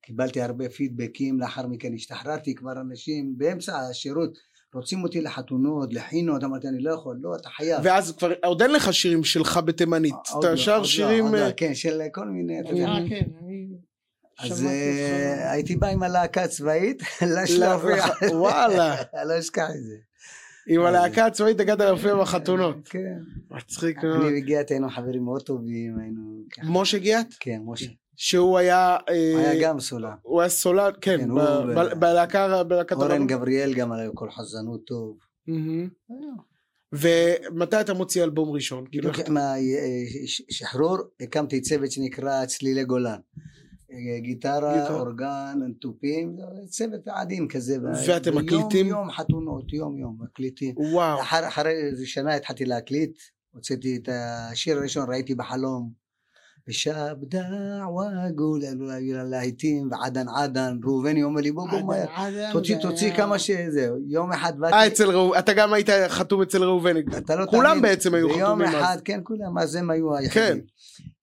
S3: וקיבלתי הרבה פידבקים, לאחר מכן השתחררתי כבר אנשים באמצע השירות, רוצים אותי לחתונות, לחינות, אמרתי אני לא יכול, לא, אתה חייב.
S1: ואז כבר, עוד אין לך שירים שלך בתימנית,
S3: עוד לא,
S1: אתה
S3: עוד
S1: שר
S3: לא,
S1: שירים...
S3: עוד לא,
S1: אה,
S3: כן, של כל מיני, אתה
S2: אני-
S3: יודע.
S2: אה, כן, אני
S3: אז
S2: שמעתי
S3: אה,
S2: אותך.
S3: הייתי בא עם הלהקה הצבאית, [laughs]
S1: לא,
S3: לשלביע,
S1: לא, וואלה,
S3: אני לא אשכח את זה.
S1: עם
S3: [laughs] אה,
S1: הלהקה הצבאית הגעת להופיע בחתונות.
S3: כן.
S1: מצחיק מאוד.
S3: אני וגיאת היינו חברים מאוד טובים, היינו ככה.
S1: משה גיאת,
S3: כן, משה.
S1: שהוא היה... אה,
S3: הוא היה גם סולה.
S1: הוא היה סולן, כן,
S3: כן,
S1: ב-
S3: הוא
S1: ב-
S3: ו-
S1: בלהקה, בלהקת
S3: אורן
S1: הרבנות.
S3: גבריאל גם היה כל חזנות טוב.
S1: מהמם.
S2: אה,
S1: ומתי אתה מוציא אלבום ראשון? כאילו,
S3: בדיוק עם אה, השחרור הקמתי צוות שנקרא צלילי גולן. אה, גיטרה,
S1: גיטרה.
S3: אורגן, תופים, צוות עדין כזה.
S1: ואתם
S3: ביום-
S1: מקליטים?
S3: יום חתונות, יום יום מקליטים.
S1: וואו,
S3: אחר, אחרי איזה שנה התחלתי להקליט, הוצאתי את השיר הראשון, ראיתי בחלום. ושב דעווה גול, אלו היו להיטים, ועדן עדן, ראובני אומר לי בוא בוא
S2: אה,
S3: מהר, תוציא תוציא כמה שזהו, יום אחד
S1: אה,
S3: באתי,
S1: אצל ראובן, אתה גם היית חתום אצל ראובן,
S3: אתה לא
S1: כולם
S3: תאמין,
S1: בעצם היו
S3: ביום
S1: חתומים אז.
S3: אחד, כן כולם, אז הם היו היחידים.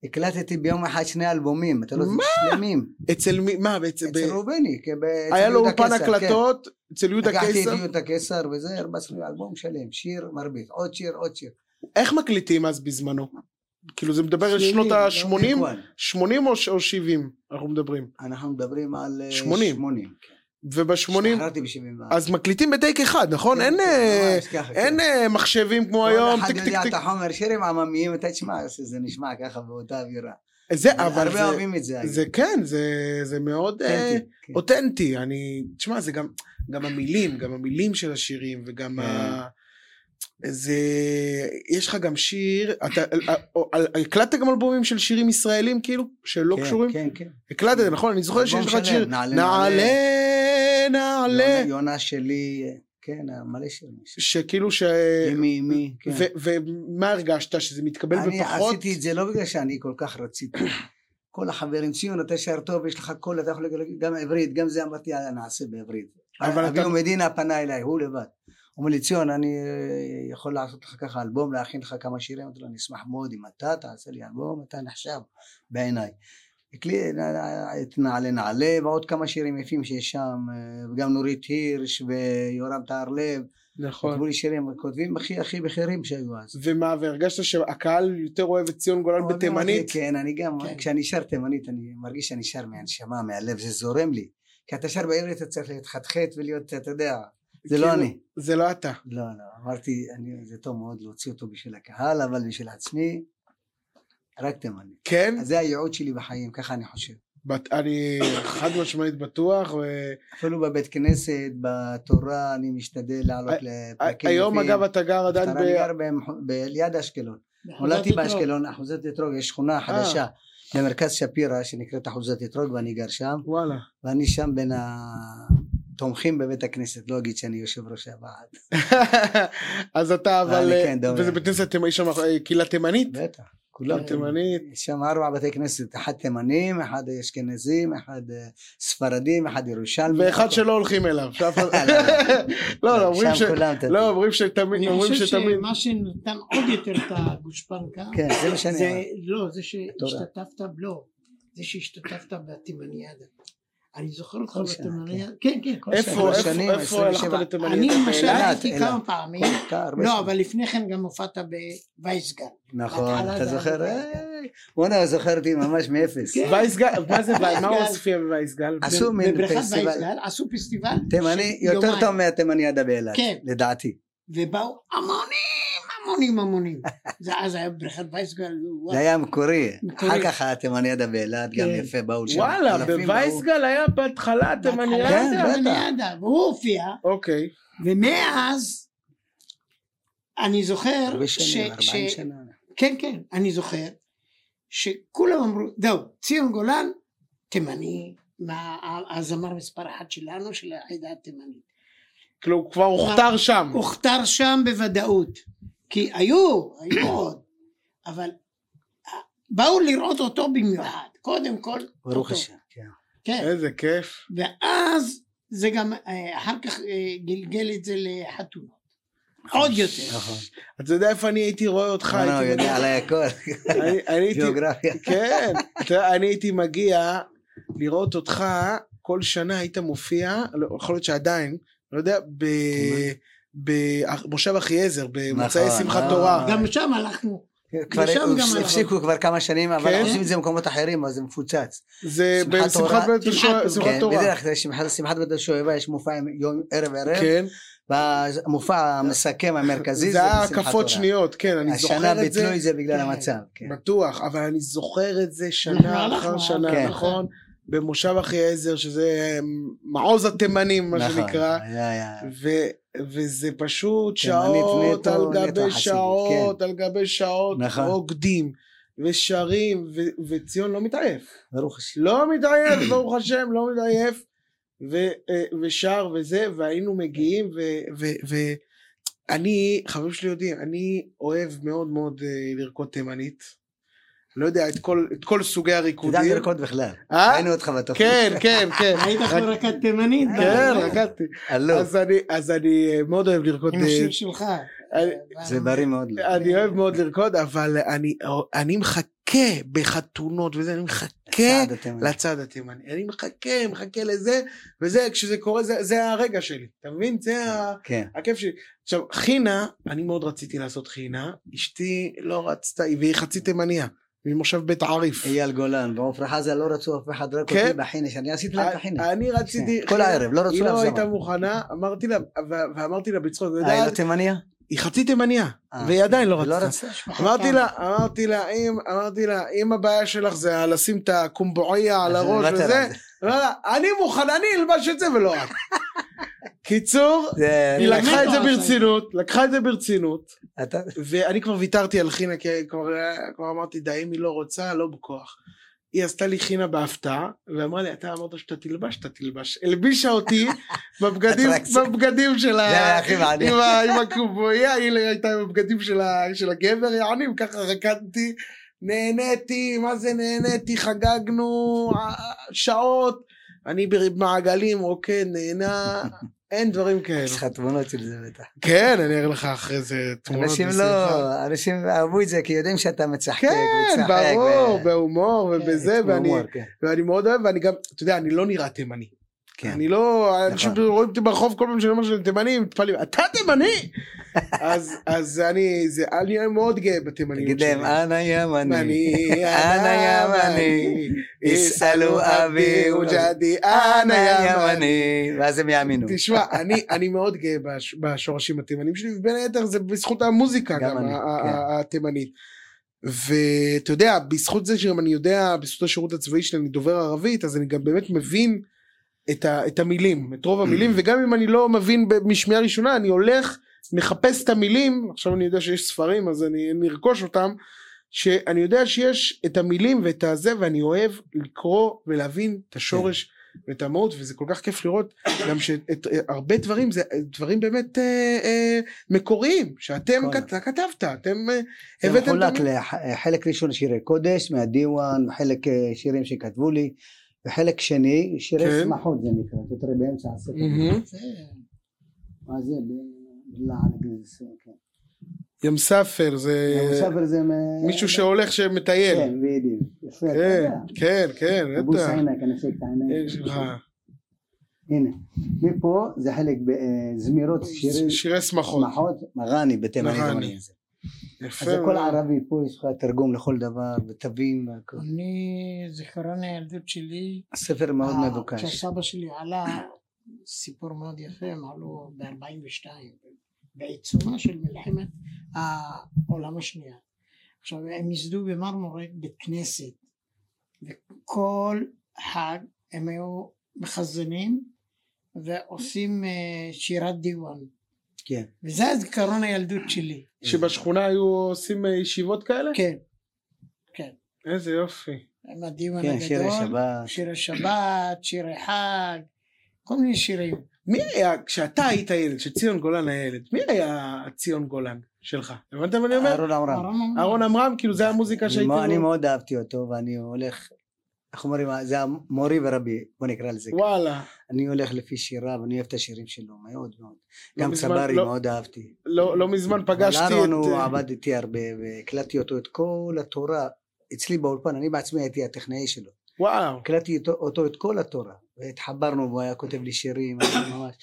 S3: הקלטתי ביום אחד שני אלבומים, אתה לא יודע, שלמים,
S1: אצל מי, מה בעצם, ב-
S3: אצל ראובני, כן, ב-
S1: היה
S3: אצל
S1: לו
S3: יהודה
S1: אולפן
S3: קיסר,
S1: הקלטות אצל
S3: כן.
S1: יהודה
S3: לקחתי את
S1: קיסר,
S3: יהודה קיסר וזה, הרבצנו לי אלבום שלם, שיר מרבית, עוד שיר, עוד שיר.
S1: איך מקליטים אז בזמנו? כאילו זה מדבר על שנות
S3: שלילי,
S1: ה-80,
S3: לא מקוון.
S1: 80 או ש- או 70 אנחנו מדברים,
S3: אנחנו מדברים על אה,
S1: 80.
S3: 80. כן.
S1: וב-80,
S3: השתחררתי ב-74.
S1: אז מקליטים בטייק אחד, נכון? אין אה, אין אה, מחשבים כמו היום,
S3: כן, כל
S1: טיק
S3: אחד
S1: טיק
S3: יודע
S1: טיק,
S3: את החומר, שירים עממיים, אתה תשמע, זה- זה נשמע ככה באותה אווירה.
S1: זה אה, אבל
S3: הרבה
S1: זה-
S3: אוהבים את זה. היום.
S1: זה כן, זה- זה מאוד... אה,
S3: אותנטי, כן.
S1: אותנטי, אני, תשמע, זה גם, גם המילים, גם המילים של השירים,
S3: כן.
S1: וגם ה... זה, יש לך גם שיר, אתה, או- על- הקלטת גם אלבומים של שירים ישראלים כאילו, שלא
S3: כן,
S1: קשורים?
S3: כן, כן.
S1: הקלטת, נכון? אני זוכר
S3: אלבום
S1: שיש לך את
S3: שלם,
S1: שיר,
S3: נעלה, לא,
S1: נעלה, נעלה,
S3: יונה- יונה שלי, אה, כן, מלא שירים.
S1: שכאילו ש...
S3: אמי אמי, כן.
S1: ו- ומה הרגשת, שזה מתקבל
S3: אני
S1: בפחות?
S3: עשיתי את זה לא בגלל שאני כל כך רציתי. [clears throat] כל החברים, ציון, אתה שר טוב, יש לך קול, אתה יכול להגיד גם עברית, גם זה אמרתי, יאללה, נעשה בעברית.
S1: אבל
S3: אבל
S1: אתה-
S3: אביהו מדינה פנה אליי, הוא לבד. הוא אומר לי, ציון, אני אה, יכול לעשות לך ככה אלבום, להכין לך כמה שירים, אמרתי לו, אני אשמח מאוד אם אתה תעשה לי אלבום, אתה נחשב בעיניי. הקלי- אה, את נעלה נעלה, ועוד כמה שירים יפים שיש שם, אה, וגם נורית הירש ויורם טהרלב,
S1: נכון.
S3: כתבו לי שירים, כותבים הכי הכי בכירים שהיו אז.
S1: ומה, והרגשת שהקהל יותר אוהב את ציון גולן
S3: אוהבים
S1: בתימנית?
S3: אותי, כן, אני גם,
S2: כן.
S3: כשאני שר תימנית, אני מרגיש שאני שר מהנשמה, מהלב, זה זורם לי. כי אתה שר בעברית, אתה צריך להתחתחת ולהיות, אתה יודע, זה לא
S1: כאילו,
S3: אני.
S1: זה לא אתה.
S3: לא, לא, אמרתי, אני, זה טוב מאוד להוציא אותו בשביל הקהל, אבל בשביל עצמי, רק תימני.
S1: כן?
S3: אז זה הייעוד שלי בחיים, ככה אני חושב.
S1: בת, אני חד משמעית בטוח, ו-
S3: אפילו בבית כנסת, בתורה, אני משתדל לעלות לפרקים.
S1: היום
S3: יפים.
S1: אגב אתה גר עדיין
S3: כאילו, אני
S1: ב...
S3: גר במח- ב- ליד אשקלון. נולדתי באשקלון, אחוזת אתרוג, יש
S1: אה.
S3: שכונה חדשה במרכז שפירא שנקראת אחוזת אתרוג ואני גר שם,
S1: וואלה. [laughs]
S3: ואני שם בין התומכים בבית הכנסת, לא אגיד שאני יושב ראש הוועד.
S1: אז אתה אבל...
S3: אני
S1: אה,
S3: כן, דומה. לא,
S1: וזה בית כנסת, תימני, יש שם אה, קהילה תימנית?
S3: בטח, כולם
S1: תימנית.
S3: יש כן. שם ארבע בתי כנסת, אחד תימנים, אחד אשכנזים, אחד אה, ספרדים, אחד ירושלמי.
S1: ואחד
S3: הכל.
S1: שלא הולכים אליו. שאף אחד-
S3: [laughs]
S1: [laughs] לא,
S3: לא,
S1: לא, אומרים ש...
S3: שם כולם תתאים.
S1: לא, אומרים שתמיד,
S2: אני
S1: אומרים
S2: חושב
S1: שתמיד.
S2: שמה שנתן עוד יותר את הגושפנקה,
S3: כן, זה מה שאני
S2: זה
S3: אומר.
S2: לא, זה שהשתתפת, לא, זה שהשתתפת בתימניאדה. אני זוכר אותך
S3: כל שנה,
S2: בתימניאדה, כן, כן, כל
S1: איפה,
S2: שנה.
S3: לא, שלוש
S1: איפה-
S3: שנים,
S1: איפה
S3: עשרים
S1: הלכת
S3: ושבע.
S1: לתימנית? אה,
S2: אני
S3: באילת,
S2: למשל הייתי
S3: אילת.
S2: כמה פעמים,
S3: אתה הרבה
S2: לא,
S3: שנים.
S2: אבל לפני כן גם הופעת בווייסגן.
S3: נכון,
S1: אה,
S2: בהתחלה
S3: אתה
S2: זה היה
S3: זוכר?
S2: בבית.
S3: היי, וואנה, זוכרתי ממש מאפס.
S2: כן.
S1: וייסגל, מה זה וייסגל?
S3: [laughs]
S1: מה
S2: וייסגל.
S1: עוספיא ווייסגל?
S3: כן. עשו מין
S2: בבריכת
S3: פסטיבל.
S2: וייסגל עשו פסטיבל.
S3: תימני
S2: של
S3: יותר
S2: יומיים.
S3: טוב מהתימניאדה באילת,
S2: כן.
S3: לדעתי.
S2: ובאו המונים, המונים, המונים. זה אז היה בריכת וייסגל. וואו.
S3: זה היה מקורי.
S2: מקורי.
S3: אחר כך התימניאדה באילת, גם
S2: כן.
S3: יפה באו שם.
S1: וואלה,
S3: אלפים באו.
S1: בווייסגל היה בהתחלה
S3: כן,
S1: תימניאדה?
S3: בטח.
S2: תימניאדה, והוא הופיע,
S1: אוקיי.
S2: ומאז אני זוכר,
S3: הרבה
S2: ש...
S3: שנים,
S2: ש...
S3: ארבעים שנה.
S2: כן, כן, אני זוכר, שכולם אמרו, זהו, ציון גולן תימני, מה- הזמר מספר אחת שלנו, של העדה התימנית.
S1: כאילו הוא כבר הוכתר שם.
S2: הוכתר שם בוודאות. כי היו,
S1: [coughs]
S2: היו עוד, אבל אה, באו לראות אותו במיוחד, קודם כל.
S3: ברוך
S2: אותו.
S3: השם. כן.
S2: כן,
S1: איזה כיף.
S2: ואז זה גם אה, אחר כך אה, גלגל את זה לחתונות. עוד יותר.
S3: נכון.
S1: אתה יודע איפה אני הייתי רואה אותך?
S3: לא, לא, הוא
S1: הייתי
S3: יודע
S1: מגיע-
S3: עליי הכל.
S1: אני- אני [laughs] הייתי-
S3: גיאוגרפיה.
S1: כן. אתה יודע, אני הייתי מגיע לראות אותך, כל שנה היית מופיע, לא, יכול להיות שעדיין, לא יודע, ב- במושב אחיעזר, במוצאי
S3: נכון,
S1: שמחת
S3: אה.
S1: תורה.
S2: גם שם הלכנו.
S3: כבר
S2: לשם גם
S3: הפס-
S2: הלכנו.
S3: הפסיקו כבר כמה שנים, אבל
S1: כן?
S3: עושים את זה במקומות אחרים, אז זה מפוצץ.
S1: זה
S3: שמחת
S1: בשמחת
S3: תורה.
S1: בית
S2: שמחת
S1: השואבה,
S2: תורה.
S1: שמחת
S3: כן,
S1: תורה.
S3: בדרך כלל שמחת- שמחת בית השואבה יש מופע יום ערב ערב,
S1: כן.
S3: והמופע המסכם המרכזי
S1: זה היה
S3: בשמחת
S1: הקפות
S3: תורה.
S1: שניות, כן, אני
S3: השנה
S1: זוכר את זה.
S3: ביטלו את זה בגלל
S2: כן.
S3: המצב. כן.
S1: בטוח, אבל אני זוכר את זה
S2: אנחנו
S1: שנה
S2: הלכנו,
S1: אחר
S2: אה?
S1: שנה,
S3: כן.
S1: נכון? במושב אחיעזר, שזה אה, מעוז התימנים, מה
S3: נכון,
S1: שנקרא.
S3: היה- היה.
S1: ו- וזה פשוט
S3: תימנית
S1: שעות
S3: נטו,
S1: על
S3: נטו
S1: גבי
S3: החסידית,
S1: שעות, על גבי שעות,
S3: כן. נכון.
S1: רוקדים ושרים, ו- וציון לא מתעייף.
S3: ברוך השם.
S1: לא
S3: [coughs]
S1: מתעייף, ברוך השם, לא מתעייף. ו- אה, ושר וזה, והיינו מגיעים, ואני, חברים שלי יודעים, אני אוהב מאוד מאוד אה, לרקוד תימנית. לא יודע, את כל, את כל סוגי
S3: אתה
S1: הריקודים.
S3: יודע לרקוד בכלל.
S1: אה?
S3: ראינו אותך בתוכנית.
S1: כן, כן,
S3: [laughs]
S1: כן.
S2: היית
S1: רק-
S2: חלקת תימנית?
S1: כן,
S2: לא אה,
S1: רקדתי.
S3: עלוב.
S1: אז אני- אז אני אה, מאוד אוהב לרקוד.
S2: עם
S1: אה,
S2: השיר שלך. אה,
S1: אני-
S3: זה בריא מאוד. לו.
S1: אני אוהב מאוד לרקוד, אבל אני- אני מחכה בחתונות וזה, אני מחכה
S3: צעד אתם-
S1: לצד התימני. אני מחכה, מחכה לזה, וזה, כשזה קורה, זה, זה הרגע שלי. אתה מבין? זה ה-
S3: כן.
S1: הכיף שלי. עכשיו, חינה, אני מאוד רציתי לעשות חינה, אשתי לא רצתה, והיא חצי תימניה, ממושב בית עריף.
S3: אייל גולן ועופרה חזה לא רצו אף אחד, רק
S1: כן.
S3: אותי בחינה, שאני עשיתי להם את החינה.
S1: אני רציתי...
S3: כל
S1: חינה,
S3: הערב, לא
S1: היא
S3: רצו
S1: לא
S3: לאף
S1: הייתה
S3: זמן.
S1: מוכנה, אמרתי לה, ו- ואמרתי לה בצחוק,
S3: אה, היא לא
S1: "יודעת,
S3: תימניה?
S1: היא חצי תימניה,
S3: אה.
S1: והיא עדיין לא
S3: היא לא
S1: רצתה.
S3: רצתה.
S1: אמרתי לה, אמרתי לה, אם, אמרתי לה, אם הבעיה שלך זה לשים את הקומבועיה על
S3: אז
S1: הראש
S3: נוותר אה, על
S1: וזה,
S3: זה.
S1: לא, לא, אני מוכן, אני אלבש את זה ולא את. קיצור,
S3: זה-
S1: היא לקחה את זה
S2: לא עושה את
S1: ברצינות, לקחה את זה ברצינות,
S3: אתה-
S1: ואני כבר ויתרתי על חינה, כי כבר, כבר אמרתי, די, אם היא לא רוצה, לא בכוח. היא עשתה לי חינה בהפתעה, ואמרה לי, אתה אמרת שאתה תלבש, אתה תלבש. הלבישה
S3: [laughs]
S1: אותי בבגדים,
S3: אטרקציה.
S1: בבגדים של ה...
S3: זה היה הכי מעניין.
S1: עם ה- עם הקובויה, היא הייתה עם הבגדים של ה- של הגבר, יעני, ככה רקדתי, נהניתי, מה זה נהניתי, חגגנו אה, שעות, אני במעגלים, רוקד, נהנה, אין דברים כאלה.
S3: [laughs] יש לך תמונות של זה בטח.
S1: כן, אני אראה לך אחרי זה תמונות.
S3: אנשים לא,
S1: בשמחה.
S3: אנשים אהבו את זה כי יודעים שאתה מצחקק
S1: כן,
S3: וצחק.
S1: ברור,
S3: ו-
S1: בהומור
S2: כן,
S1: ובזה, ואני-
S3: אה, הומור, כן,
S1: ואני מאוד אוהב, ואני גם, אתה יודע, אני לא נראה תימני.
S3: כן.
S1: אני לא, אנשים
S3: נכון.
S1: רואים אותי ברחוב כל פעם שאני אומר שאני תימני, הם מתפלאים, אתה תימני? [laughs] אז- אז אני, זה- אני מאוד גאה בתימניות
S3: תגיד
S1: שלי.
S3: להם, אנא ימני.
S1: אני,
S3: [laughs] אנא ימני, יסאלו אבי
S1: וג'די,
S3: אנא
S1: אנא ימני.
S3: ימני. ואז הם יאמינו.
S1: תשמע, אני, אני מאוד גאה בש, בשורשים התימנים שלי, ובין היתר זה בזכות המוזיקה
S3: גם
S1: גם,
S3: אני,
S1: ה- ה-
S3: כן.
S1: ה- התימנית. ואתה יודע, בזכות זה שגם אני יודע, בזכות השירות הצבאי שלי אני דובר ערבית, אז אני גם באמת מבין את, ה, את המילים, את רוב
S3: Mm.
S1: המילים, וגם אם אני לא מבין ב- משמיעה ראשונה, אני הולך, מחפש את המילים, עכשיו אני יודע שיש ספרים אז אני אני ארכוש אותם, שאני יודע שיש את המילים ואת הזה, ואני אוהב לקרוא ולהבין את השורש
S3: כן.
S1: ואת המהות, וזה כל כך כיף לראות גם שהרבה דברים זה דברים באמת אה, אה, מקוריים שאתם
S3: נכון.
S1: כת- כתבת אתם אה,
S3: זה
S1: הבאתם את
S3: מחולק
S1: המ-
S3: לחלק אה, ראשון שירי קודש מהדיוואן, חלק אה, שירים שכתבו לי, וחלק שני שירי
S1: כן.
S3: שמחות זה נקרא, זה תראה באמצע הספר.
S1: מהמם.
S3: מה זה? בלען גז, כן.
S1: ים ספר זה
S3: ספר זה מ-
S1: אה, מישהו שהולך שמטייל
S3: כן, בדיוק. יפה, אתה
S1: כן
S3: יודע.
S1: כן כן
S3: אבו
S1: בטח. אה,
S3: סעינק, אני חושב את העיניים.
S1: יש לך
S3: הנה, מפה זה חלק בזמירות שירי
S1: שירי שמחות
S3: שמחות, מראני בתימנית.
S1: מראני.
S3: אומרים את זה.
S1: יפה
S3: אז הכל
S1: מאוד.
S3: ערבי, פה יש לך תרגום לכל דבר, ותווים, והכל.
S2: אני, זיכרון הילדות שלי,
S3: הספר מאוד
S2: אה,
S1: אוקיי.
S3: מבוקש.
S2: כשסבא שלי עלה, סיפור מאוד יפה, הם עלו ב-42, בעיצומה של מלחמת העולם השנייה. עכשיו, הם ייסדו במרמורק בית כנסת, וכל חג הם היו מחזנים ועושים אה, שירת דיוואן.
S3: כן.
S2: וזה הזיכרון הילדות שלי.
S1: שבשכונה היו עושים אה, ישיבות כאלה
S2: כן, כן.
S1: איזה יופי
S2: עם הדיון
S3: כן, שירי
S2: הגדול,
S3: שבת.
S2: שירי שבת, שירי חג, כל מיני שירים.
S1: מי היה, כשאתה היית ילד, כשציון גולן היה ילד, מי היה ציון גולן שלך? הבנת מה אני אומר?
S3: אהרון אה, עמרם.
S2: אהרון עמרם.
S1: אהרון עמרם, כאילו זה המוזיקה
S3: אני
S1: שהייתי...
S3: מאוד- אני מאוד אהבתי אותו, ואני הולך, איך אומרים, זה המורי ורבי, בוא נקרא לזה. ככה.
S1: וואלה.
S3: אני הולך לפי שיריו, אני אוהב את השירים שלו, מאוד מאוד.
S1: לא
S3: גם
S1: מזמן-
S3: צברי
S1: לא-
S3: מאוד אהבתי.
S1: לא לא מזמן פגשתי את... אה,
S3: אבל אהרון הוא עבד איתי הרבה, והקלטתי אותו את כל התורה. אצלי באולפן, אני בעצמי הייתי הטכנאי שלו.
S1: וואו.
S3: הקלטתי אותו- אותו את כל התורה, והתחברנו, והוא היה כותב לי שירים, [coughs] אני ממש...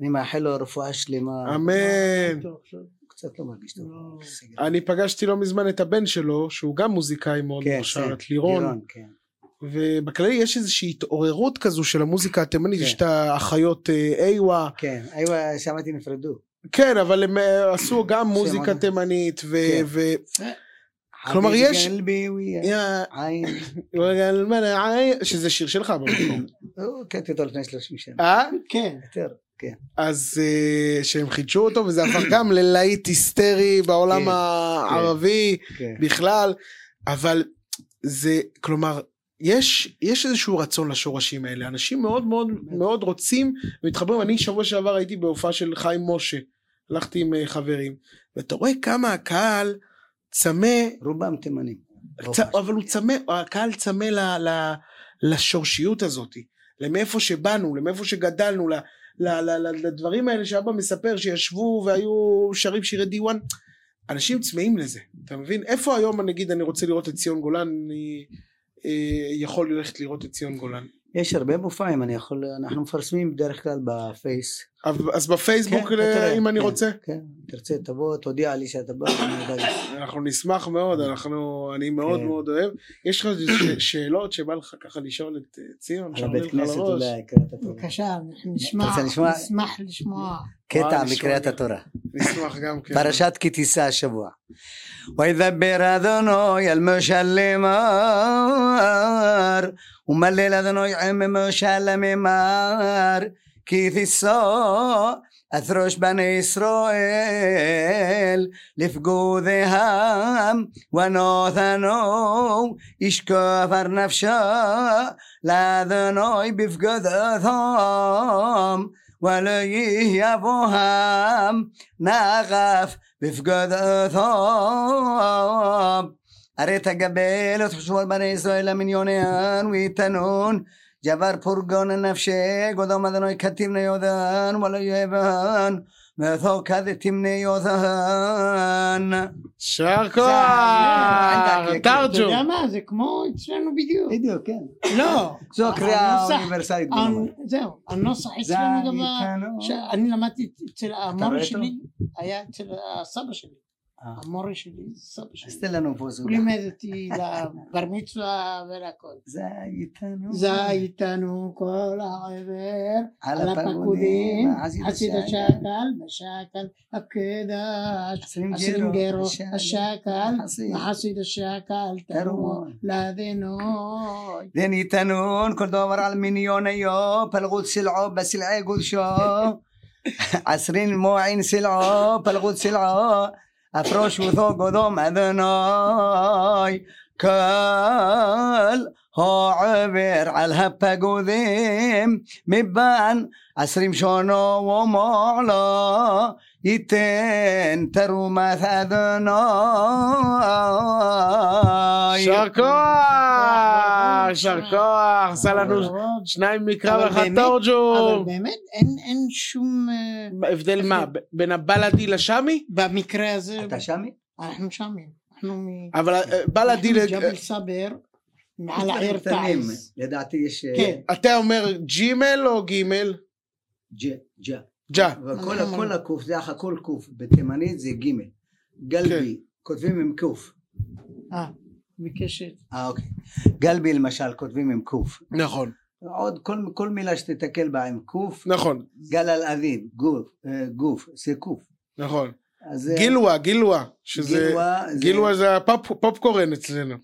S3: אני מאחל לו רפואה שלמה.
S1: אמ- אמן.
S2: טוב, טוב.
S3: הוא קצת לא מרגיש טוב.
S2: לא.
S3: סגר.
S1: אני פגשתי לא מזמן את הבן שלו, שהוא גם מוזיקאי מאוד
S3: כן,
S1: מוכשר,
S3: כן,
S1: את לירון,
S3: לירון, כן.
S1: ובכללי יש איזושהי התעוררות כזו של המוזיקה התימנית,
S3: כן.
S1: יש את האחיות אה, איווה,
S3: כן, היו שמעתי נפרדו.
S1: כן, אבל הם אה, עשו גם מוזיקה
S3: שמעתי.
S1: תימנית,
S3: כן.
S1: ו... כלומר,
S3: כלומר
S1: יש-
S3: יש... גלבי
S1: יא-
S3: עין. [coughs]
S1: שזה שיר שלך במקום.
S3: הוא קראתי אותו לפני 30 שנה.
S1: אה?
S2: כן,
S3: יותר, כן.
S1: אז אה, שהם חידשו אותו, וזה הפך גם ללהיט היסטרי בעולם
S3: כן,
S1: הערבי
S3: כן.
S1: בכלל, אבל זה, כלומר, יש, יש איזשהו רצון לשורשים האלה, אנשים מאוד מאוד מאוד רוצים ומתחברים, אני שבוע שעבר הייתי בהופעה של חיים משה, הלכתי עם אה, חברים, ואתה רואה כמה הקהל צמא
S3: רובם תימנים.
S1: צ... אבל הוא צמא, הקהל צמא ל... ל... לשורשיות הזאת, למאיפה שבאנו, למאיפה שגדלנו, ל... ל... ל... ל... לדברים האלה שאבא מספר שישבו והיו שרים שירי דיוואן. אנשים צמאים לזה, אתה מבין? איפה היום נגיד אני רוצה לראות את ציון גולן, אני אה, יכול ללכת לראות את ציון גולן.
S3: יש הרבה מופעים, אני יכול... אנחנו מפרסמים בדרך כלל בפייס.
S1: אבל- אז בפייסבוק
S3: כן, אתה
S1: אה,
S3: תראה,
S1: אם אני
S3: כן.
S1: רוצה,
S3: כן, תרצה, תבוא, תודיע לי שאתה בא. אני [coughs] אדאג.
S1: אנחנו נשמח מאוד, אנחנו, אני מאוד
S3: כן.
S1: מאוד אוהב. יש לך איזה ש- שאלות שבא לך ככה לשאול את אה, ציון,
S3: על
S1: שעולה
S3: הבית
S1: לך לראש?
S3: כנסת אולי קריאת התורה.
S2: בבקשה, אנחנו נשמע,
S3: רוצה לשמוע?
S2: נשמח לשמוע.
S3: קטע
S1: וואי,
S3: מקריאת
S1: נשמע.
S3: התורה.
S1: נשמח גם כן.
S3: פרשת כי תישא השבוע. וידבר אדוני אל משה לאמר, ומלל אדוני עם משה לממר, כי תישא אתרוש בני ישראל, לפקודיהם ונותנו, ישכפר נפשו לאדוני בפקודתם, ולא יהיה בוהם ناغف بفقد ثوب أريت قبيل تحشور بني إسرائيل من يونيان ويتنون جبر برقون النفشي قدوم أذنوي كتمنا يوذان ولا يبان مثو كذتمنا يوذان
S1: שר
S3: זה-
S1: כוח!
S3: זה-
S2: אתה יודע
S1: תרג'ו!
S2: מה, זה כמו אצלנו בדיוק.
S3: فيديو كان
S2: לא.
S3: זו הקריאה
S2: הנוסח-
S3: האוניברסלית.
S2: הנ- זהו, הנוסח אצלנו גם... ה- ש- אני למדתי אצל המורה
S3: ראית?
S2: שלי, היה אצל הסבא שלי. המורה שלי, סבא שלי.
S3: استنى نفوس
S2: הוא לימד אותי לבר מצווה ולכל.
S3: زايتانو
S2: זייתנו כל העבר
S3: على
S2: על הפקודים,
S3: البقودين
S2: חסיד השקל, בשקל הקדש,
S3: הסינגרו,
S2: הסינגרו,
S3: השקל,
S2: השקל,
S3: החסיד.
S2: החסיד השקל, תרומו
S3: תרומו.
S2: לאדינוי.
S3: ذن يتنون كل دور على المليون أيوه، يو بلغوت سلعو بسلعي قول شو عسرين موعين سلعو بلغوت سلعو أفروش وثوق وذوم أذناي كل هو عبر على الهبة قوذيم مبان عسرين شونو ومعلا يتن ترومات أذناي
S1: שר כוח! שר
S2: שר
S1: כוח! עשה לנו
S2: אבל
S1: שניים מקרא
S2: אבל
S1: ואחד
S2: באמת-
S1: תרג'ו!
S2: באמת אין- אין שום... אה,
S1: הבדל מה? ב- בין הבלדי לשמי?
S2: במקרה הזה,
S3: אתה שמי?
S2: אנחנו שמים. אנחנו מ-
S1: אבל אה, בלדי...
S2: אנחנו
S1: לג-
S2: מג'בל סבר, מעל
S3: יש
S2: העיר
S3: דברים קטנים.
S2: טייס.
S3: לדעתי יש... אה,
S2: כן.
S1: אתה אומר ג'ימל או גימל?
S3: ג'ה, ג'ה.
S1: ג'ה.
S2: לא
S3: וכל כל הקוף, זה אחר כל קוף, בתימנית זה גימל. גלבי,
S1: כן.
S3: כותבים עם קוף.
S2: אה, בקשת.
S3: אה, אוקיי. גלבי למשל, כותבים עם קוף.
S1: נכון.
S3: עוד כל, כל מילה שתתקל בה עם קוף,
S1: נכון.
S3: גל על אביב, גוף, אה, גוף, זה קוף.
S1: נכון.
S3: אז זה-
S1: גילווה, גילווה. שזה...
S3: גילווה זה- כן,
S1: גילווה זה כאילו, הפופ- פופקורן אצלנו.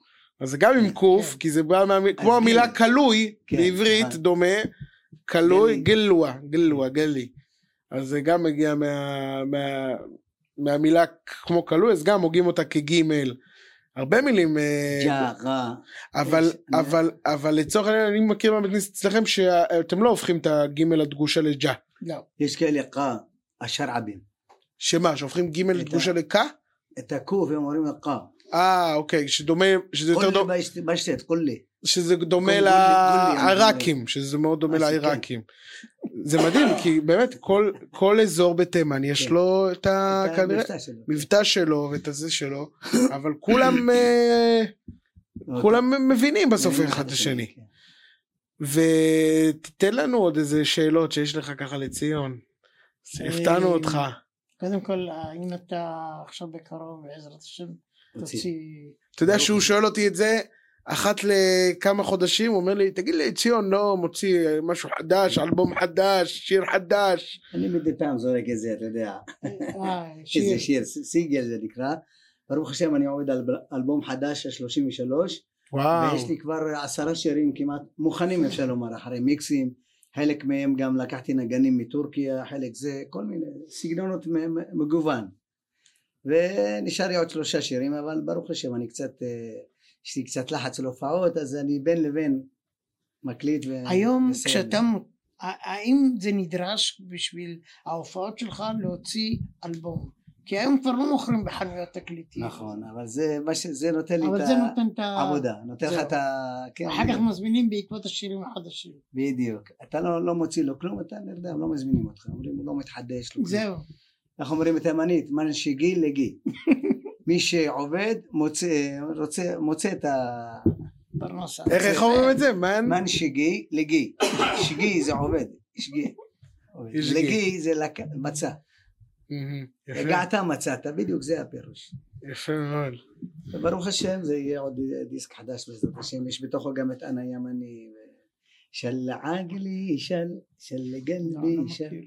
S1: אז זה גם עם קוף, כי זה בא מה... כמו המילה
S3: גיל.
S1: כלוי,
S3: כן,
S1: בעברית
S3: נכון.
S1: דומה, כלוי,
S3: גלי.
S1: גילווה, גילווה, גלי. אז זה גם מגיע מה... מה... מהמילה כמו כלוי, אז גם הוגים אותה כגימל. הרבה מילים, אה,
S3: ג'רה.
S1: אבל,
S3: יש-
S1: אבל, אבל לצורך העניין אני מכיר מהבית כנסת אצלכם שאתם לא הופכים את הגימל הדגושה לג'ה.
S2: לא,
S3: יש כאלה קה, השרעבים.
S1: שמה, שהופכים גימל
S3: את ה-
S1: דגושה לקה?
S3: את הקוף הם אומרים קה.
S1: אה, אוקיי, שדומה, שזה יותר
S3: כולי
S1: דומה,
S3: באשת- באשת, כולי.
S1: שזה דומה
S3: גולי, גולי,
S1: לעיראקים, שזה מאוד דומה
S3: אה, שכן.
S1: לעיראקים. זה מדהים, כי באמת, כל, כל אזור בתימן יש
S3: כן.
S1: לו את ה...
S3: את
S1: אה, כנראה,
S3: המבטא שלו.
S1: מבטא שלו ואת הזה שלו, אבל כולם, אה, כולם מבינים בסוף
S3: מבינים
S1: אחד את השני.
S3: כן.
S1: ותתן לנו עוד איזה שאלות שיש לך ככה לציון. הפתענו
S2: אה,
S1: אותך.
S2: קודם כל האם אתה עכשיו בקרוב בעזרת השם
S3: תוציא.
S2: תוציא
S1: אתה יודע שהוא שואל אותי את זה אחת לכמה חודשים, הוא אומר לי, תגיד לי, ציון, לא, מוציא משהו חדש, אלבום חדש, שיר חדש.
S3: אני מדי פעם זורק את זה, אתה יודע.
S2: אה, שיר.
S3: איזה שיר, סינגל זה נקרא. ברוך השם אני עובד על אלבום חדש, ה-33, ויש לי כבר עשרה שירים כמעט מוכנים אפשר לומר, אחרי מיקסים, חלק מהם גם לקחתי נגנים מטורקיה, חלק זה, כל מיני סגנונות מ- מ- מגוון. ונשאר לי עוד שלושה שירים, אבל ברוך השם אני קצת, אה, יש לי קצת לחץ על הופעות, אז אני בין לבין מקליט ו...
S2: היום
S3: מסיים.
S2: כשאתה מ- ה- האם זה נדרש בשביל ההופעות שלך להוציא אלבום כי היום כבר לא מוכרים בחנויות תקליטים
S3: נכון, אבל זה, מה ש- זה נותן לי
S2: אבל
S3: את
S2: זה נותן את ה...
S3: העבודה, נותן לך
S2: אה, זהו.
S3: את ה... כן,
S2: אחר כך מזמינים בעקבות השירים החדשים
S3: בדיוק. אתה לא, לא מוציא לו כלום, אתה נרדם, לא מזמינים אותך, אומרים, הוא לא מתחדש לו כלום.
S2: זהו
S3: איך אומרים בתימנית? מן שגיל
S2: [laughs]
S3: לגיל. מי שעובד, מוצא, רוצה, מוצא את ה...
S2: פרנסה לא,
S1: איך איך אומרים את זה? מן?
S3: מן שגי לגי. שגי זה עובד. שגי.
S1: שגי.
S3: לגי זה לק... מצא.
S1: מהמם. יפה,
S3: הגעת מצאת, בדיוק זה הפירוש.
S1: יפה מאוד.
S3: ברוך השם זה יהיה עוד דיסק חדש בעזרת השם, יש בתוכו גם את אנה ימני. ו- של עגלי, של, של
S2: לא, לא
S3: גלבי, של...
S2: מכיר.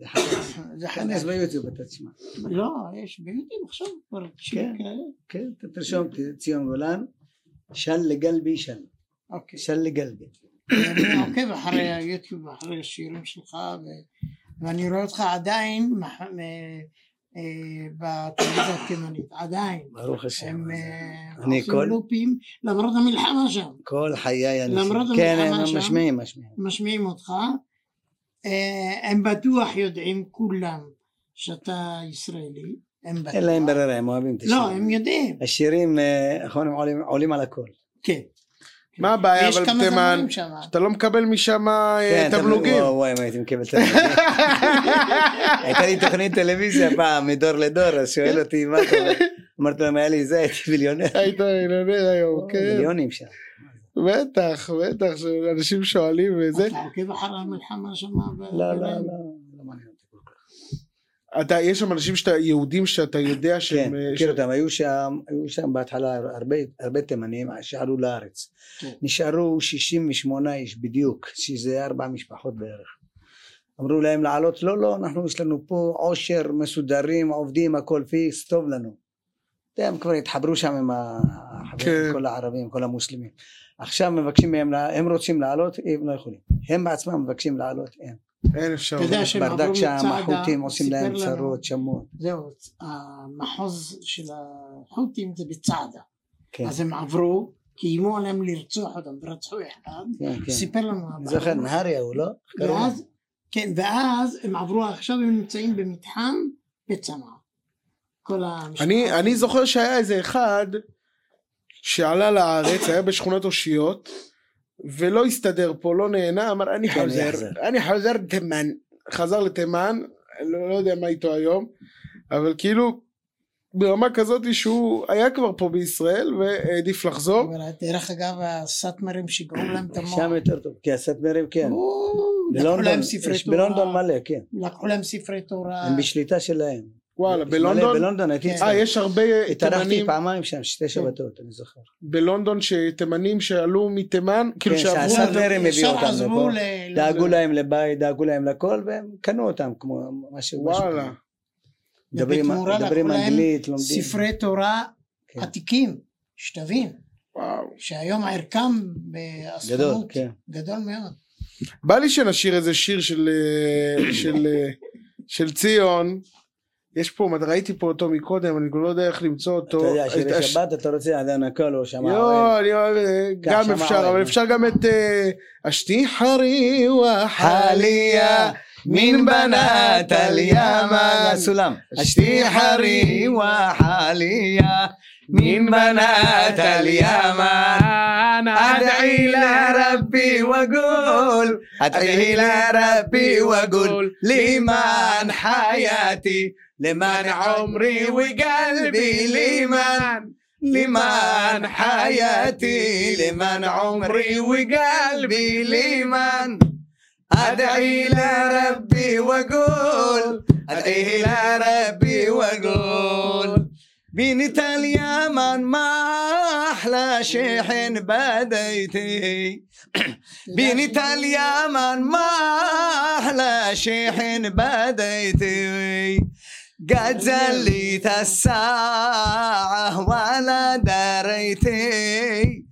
S3: זה חדש.
S2: זה חדש.
S3: תיכנס ביוטיוב אתה תשמע.
S2: לא, יש ביוטיוב עכשיו כבר שירים
S3: כן.
S2: כאלה.
S3: כן, אתה תרשום ת- ציון גולן. של לגלבי של.
S2: אוקיי.
S3: של לגלבי.
S2: אני עוקב אחרי היוטיוב, אחרי השירים שלך, ו- ואני רואה אותך עדיין מח- אה, אה, בטלוויזיה התימנית, עדיין.
S3: ברוך השם.
S2: הם
S3: אז-
S2: אה,
S3: אני
S2: עושים
S3: כל-
S2: לופים, למרות המלחמה שם,
S3: כל חיי אני...
S2: למרות
S3: שם. כן,
S2: המלחמה
S3: הם
S2: שם?
S3: משמיעים, משמיעים.
S2: משמיעים אותך. אה, הם בטוח יודעים כולם שאתה ישראלי, הם בטוח.
S3: אין להם ברירה, הם אוהבים את השירים.
S2: לא, הם יודעים,
S3: השירים, אה, נכון, הם עולים- עולים על הכל.
S2: כן.
S1: מה הבעיה
S2: יש
S1: אה, אבל
S2: כמה
S1: בתימן?
S2: זמנים שם.
S1: אתה לא מקבל משם
S3: כן, אתה-
S1: תמלוגים.
S3: וואו, וואי, אם הייתי מקבל תמלוגים. הייתה לי תוכנית טלוויזיה פעם, מדור לדור, אז שואל אותי, מה אתה אומר? אמרתי לו, אם היה לי זה, הייתי מיליונר.
S1: היית מיליונר היום, כן.
S3: מיליונים שם.
S1: בטח, בטח, שאנשים שואלים וזה.
S2: אתה עוקב אחר המלחמה שם?
S3: לא, לא, לא. לא מעניין אותי כל כך.
S1: אתה, יש שם אנשים שאתה, יהודים שאתה יודע
S3: כן,
S1: שהם... אה,
S2: אה,
S3: מכיר אותם, היו שם, היו שם בהתחלה הרבה, הרבה תימנים שעלו לארץ.
S2: כן.
S3: נשארו 68 איש בדיוק, שזה ארבע משפחות בערך. אמרו להם לעלות, לא, לא, אנחנו יש לנו פה עושר, מסודרים, עובדים, הכל פיקס, טוב לנו. הם כבר התחברו שם עם החברים,
S1: כן.
S3: כל הערבים, כל המוסלמים. עכשיו מבקשים מהם, לה- הם רוצים לעלות, הם לא יכולים. הם בעצמם מבקשים לעלות, אין.
S1: אין אפשרות.
S2: אתה יודע שהם עברו
S3: ברדק שם,
S2: מצעדה,
S3: החות'ים עושים
S2: סיפר
S3: להם
S2: לנו.
S3: צרות, שמות.
S2: זהו, המחוז של החות'ים זה בצעדה.
S3: כן,
S2: אז הם עברו, קיימו עליהם לרצוח אותם, ורצחו אחד.
S3: כן, כן.
S2: סיפר לנו
S3: אני
S2: הבעל.
S3: זוכר, נהריה הוא לא?
S2: ואז, כן, ואז הם עברו, עכשיו הם נמצאים במתחם בצנעא. כל המשפחה.
S1: אני, אני זוכר שהיה איזה אחד שעלה לארץ, היה בשכונת אושיות, ולא הסתדר פה, לא נהנה, אמר אני
S3: כן,
S1: חוזר,
S3: יחזר."
S1: אני חוזר תימן. חזר לתימן, לא, לא יודע מה איתו היום, אבל כאילו ברמה כזאת שהוא היה כבר פה בישראל והעדיף לחזור.
S2: אבל דרך אגב, הסאטמרים שיגעו להם את המוח.
S3: שם יותר טוב, כי הסאטמרים כן.
S2: או, לקחו
S3: בלונדון,
S2: להם ספרי
S3: יש בלונדון
S2: תורה. אה.
S3: מלא, כן.
S2: לקחו להם ספרי תורה.
S3: הם בשליטה שלהם.
S1: וואלה,
S3: יש
S1: בלונדון?
S3: מלא, בלונדון הייתי
S2: כן.
S3: אצלם.
S1: אה, יש הרבה
S3: התארחתי
S1: תימנים
S3: פעמיים שם, שתי שבתות, אני זוכר.
S2: כן,
S1: בלונדון, שתימנים שעלו מתימן, כאילו
S3: כן,
S1: שעברו...
S3: שעשה- הסאטמרים
S2: ישר
S3: הביאו אותם
S2: עזבו
S3: לפה.
S2: ל-
S3: דאגו להם לבית, דאגו להם לכל, והם קנו אותם כמו משהו.
S1: וואלה.
S3: משהו. מדברים-
S2: ובתמורה
S3: מדברים
S2: לקחו להם
S3: אנגלית, לומדים.
S2: ספרי תורה
S3: כן.
S2: עתיקים, שתבין,
S1: וואו.
S2: שהיום ערכם באספנות
S3: גדול, כן.
S2: גדול מאוד.
S1: בא לי שנשיר איזה שיר של, אה, של, אה, של ציון, יש פה, ראיתי פה אותו מקודם, אני גם לא יודע איך למצוא
S3: אתה
S1: אותו.
S3: יודע,
S1: את
S2: אה,
S3: שירי
S1: הש-
S3: שבת, אתה רוצה עדיין הכל או שמע
S1: יואו,
S3: אוהב.
S1: אני אוהב, אה,
S3: כך
S1: גם
S3: שמע
S1: אפשר, אבל
S3: אוהב.
S1: אפשר גם את אה, אשתי חרי וחליה מן בנת על ימן.
S3: הסולם.
S1: אשתי חרי
S3: וחליה
S1: من بنات اليمن أدعي لربي
S3: وأقول
S1: أدعي لربي وأقول لمن
S3: حياتي لمن
S1: عمري وقلبي لمن لمن حياتي لمن عمري وقلبي لمن أدعي لربي وأقول أدعي لربي وأقول
S3: بنت اليمن ما أحلى شحن بديتي بنت اليمن ما أحلى شحن بديتي قد زليت الساعة ولا دريتي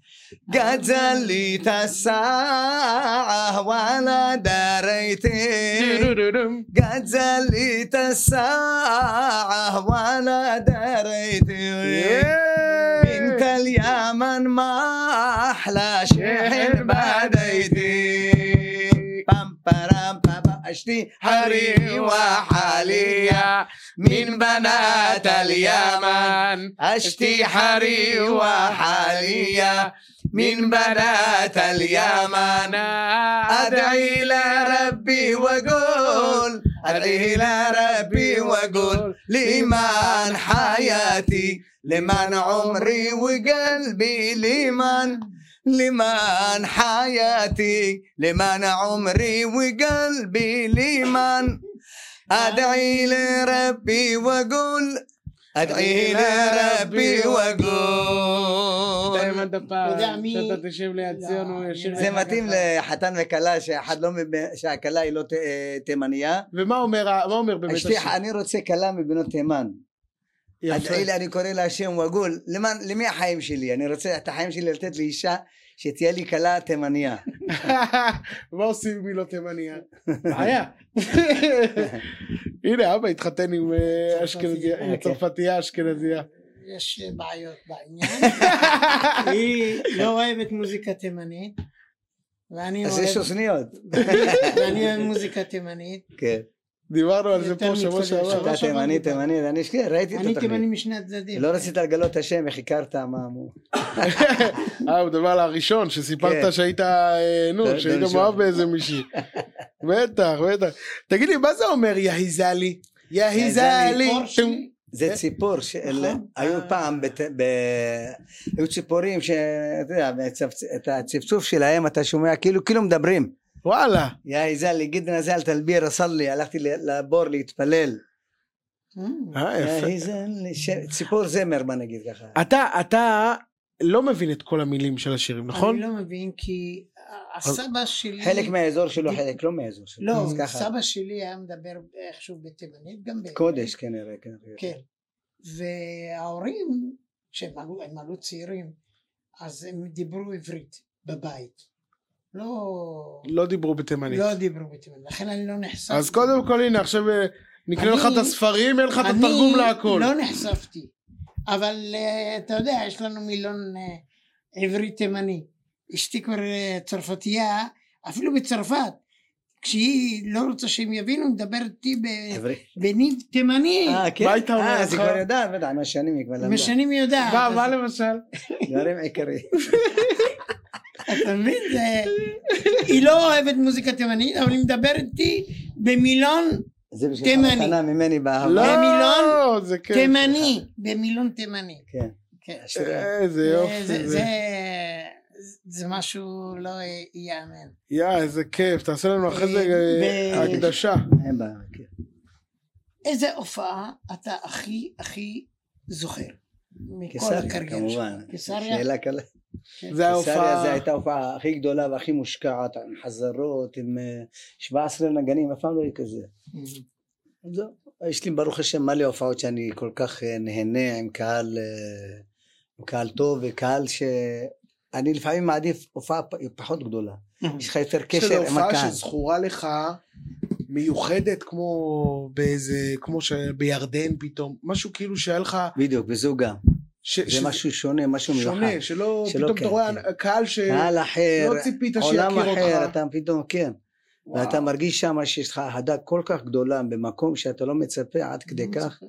S3: قد زليت الساعة ولا دريتي قد زليت الساعة ولا دريت بنت اليمن ما أحلى شحن بديتي بام برام بابا أشتي حري وحالية من بنات اليمن أشتي حري وحالية من بنات اليمن أدعي لربي وأقول أدعي لربي وأقول لمن حياتي لمن عمري وقلبي لمن لمن حياتي لمن عمري وقلبي لمن أدعي لربي وأقول أدعي لربي وأقول
S2: אתה יודע מי-
S1: שאתה תשב ליד ציון, הוא ישיר
S3: זה
S1: לך
S3: מתאים
S1: ככה.
S3: לחתן וכלה שאחד לא מב- שהכלה היא לא ת- אה, תימניה.
S1: ומה אומר ה- מה אומר באמת
S3: אשתי,
S1: השיר?
S3: אני רוצה כלה מבנות תימן.
S1: יפה.
S3: אדעי לי, אני קורא לה השם ואגול, "למען- למי החיים שלי? אני רוצה את החיים שלי לתת לאישה שתהיה לי כלה תימניה.
S1: [laughs] מה עושים עם מילות תימניה? בעיה. [laughs] הנה אבא התחתן עם אה, אשכנזיה, עם
S3: אוקיי.
S1: צרפתייה אשכנזיה.
S2: יש אה, בעיות
S3: [laughs]
S2: בעניין. היא לא אוהבת מוזיקה תימנית, ואני
S3: אז יש [laughs]
S2: אוהב- [laughs]
S3: אוזניות.
S2: ואני אוהב מוזיקה תימנית.
S3: כן.
S1: דיברנו על זה
S2: יותר
S1: פה שבוע
S2: מקצועי,
S1: שעבר.
S2: שבוע
S3: אתה תימני, תימני, אני שכן, ראיתי את
S2: לא אני
S3: התוכנית.
S2: תימני משני הצדדים.
S3: לא רצית לגלות את השם, איך הכרת, מה אמרו.
S1: אה, הוא מדבר על הראשון, שסיפרת
S3: כן.
S1: שהיית, אה, נו,
S3: זה-
S1: שהיית
S3: זה ראשון.
S1: מאוהב באיזה
S3: [laughs]
S1: מישהי. בטח, בטח. תגיד לי, מה זה אומר יהיזלי? יהיזלי.
S2: אור שלי.
S3: זה ציפור, של-
S2: כן. נכון.
S3: היו פעם, בת- ב- היו ציפורים שאתה יודע, בצפצ- את הצפצוף שלהם אתה שומע כאילו כאילו מדברים.
S1: וואלה.
S3: יא איזלי, גידנה זל תלביר, סלי, הלכתי ל- לבור להתפלל.
S2: אה,
S1: אה,
S3: יא
S1: יפה.
S3: איזלי, ש- ציפור זמר, בוא נגיד ככה.
S1: אתה, אתה לא מבין את כל המילים של השירים, נכון?
S2: אני לא מבין כי הסבא שלי...
S3: חלק מהאזור שלו, חלק לא מהאזור שלו.
S2: כן. לא,
S3: אז ככה.
S2: סבא שלי היה מדבר איכשהו בתימנית, גם בעברית.
S3: קודש כנראה, כנראה.
S2: כן. וההורים, כשהם עלו, הם עלו צעירים, אז הם דיברו עברית בבית. לא...
S1: לא דיברו בתימנית.
S2: לא דיברו בתימנית, לכן אני לא נחשפתי.
S1: אז קודם כל, הנה, עכשיו אה, נקנה לך
S2: אני-
S1: את הספרים, אין לך את
S2: אני
S1: התרגום להכל.
S2: לא נחשפתי, אבל אה, אתה יודע, יש לנו מילון אה, עברית תימני. אשתי כבר אה, צרפתייה, אפילו בצרפת, כשהיא לא רוצה שהם יבינו, היא מדברת איתי ב-
S3: עברית.
S2: בניב תימני,
S3: אה, כן?
S1: מה היית אומר
S3: אה,
S1: לך?
S3: זה כבר יודעת, בטח, עם השנים היא כבר למדה.
S2: משנים היא יודעת.
S1: מה,
S2: אז-
S1: מה למשל?
S3: דברים עיקריים.
S2: אתה מבין? זה- היא לא אוהבת מוזיקה תימנית, אבל היא מדברת איתי במילון
S3: זה בשביל
S2: תימני.
S3: המתנה ממני באהבה.
S1: לא,
S2: במילון
S1: זה כן.
S2: תימני, במילון תימני.
S3: כן.
S2: כן.
S3: אשריך.
S1: איזה
S2: זה-
S1: יופי. זה.
S2: זה- זה משהו לא ייאמן.
S1: יא, איזה כיף. תעשה לנו אחרי זה
S2: ב-
S1: אה, הקדשה.
S3: אין בעיה, כן.
S2: איזה הופעה אתה הכי הכי זוכר? מכל
S3: קיסריה,
S2: הקריירה
S3: כמובן.
S2: שלך. קיסריה?
S3: שאלה קלה.
S1: זה
S3: קיסריה זו
S1: ההופעה.
S3: כן, הייתה ההופעה הכי גדולה והכי מושקעת, עם חזרות, עם אה, 17 נגנים, אף פעם לא היה כזה. זהו. יש לי ברוך השם מלא הופעות שאני כל כך אה, נהנה עם קהל, אה, עם קהל טוב וקהל ש... אני לפעמים מעדיף הופעה פ- פחות גדולה. יש לך יותר
S1: יש
S3: קשר
S1: איזו
S3: עם
S1: הופעה
S3: הקהל.
S1: שזכורה לך מיוחדת כמו באיזה, כמו שבירדן פתאום, משהו כאילו שהיה לך,
S3: בדיוק, וזו גם.
S1: ש,
S3: זה משהו שונה, משהו מיוחד.
S1: שונה, שלא,
S3: שלא
S1: פתאום
S3: כן,
S1: אתה רואה
S3: כן.
S1: קהל שלא
S3: קהל אחר,
S1: ציפית
S3: עולם
S1: שיכיר
S3: אחר,
S1: אותך.
S3: אתה פתאום, כן.
S2: וואו.
S3: ואתה מרגיש שם שיש לך אהדה כל כך גדולה במקום שאתה לא מצפה עד כדי כך.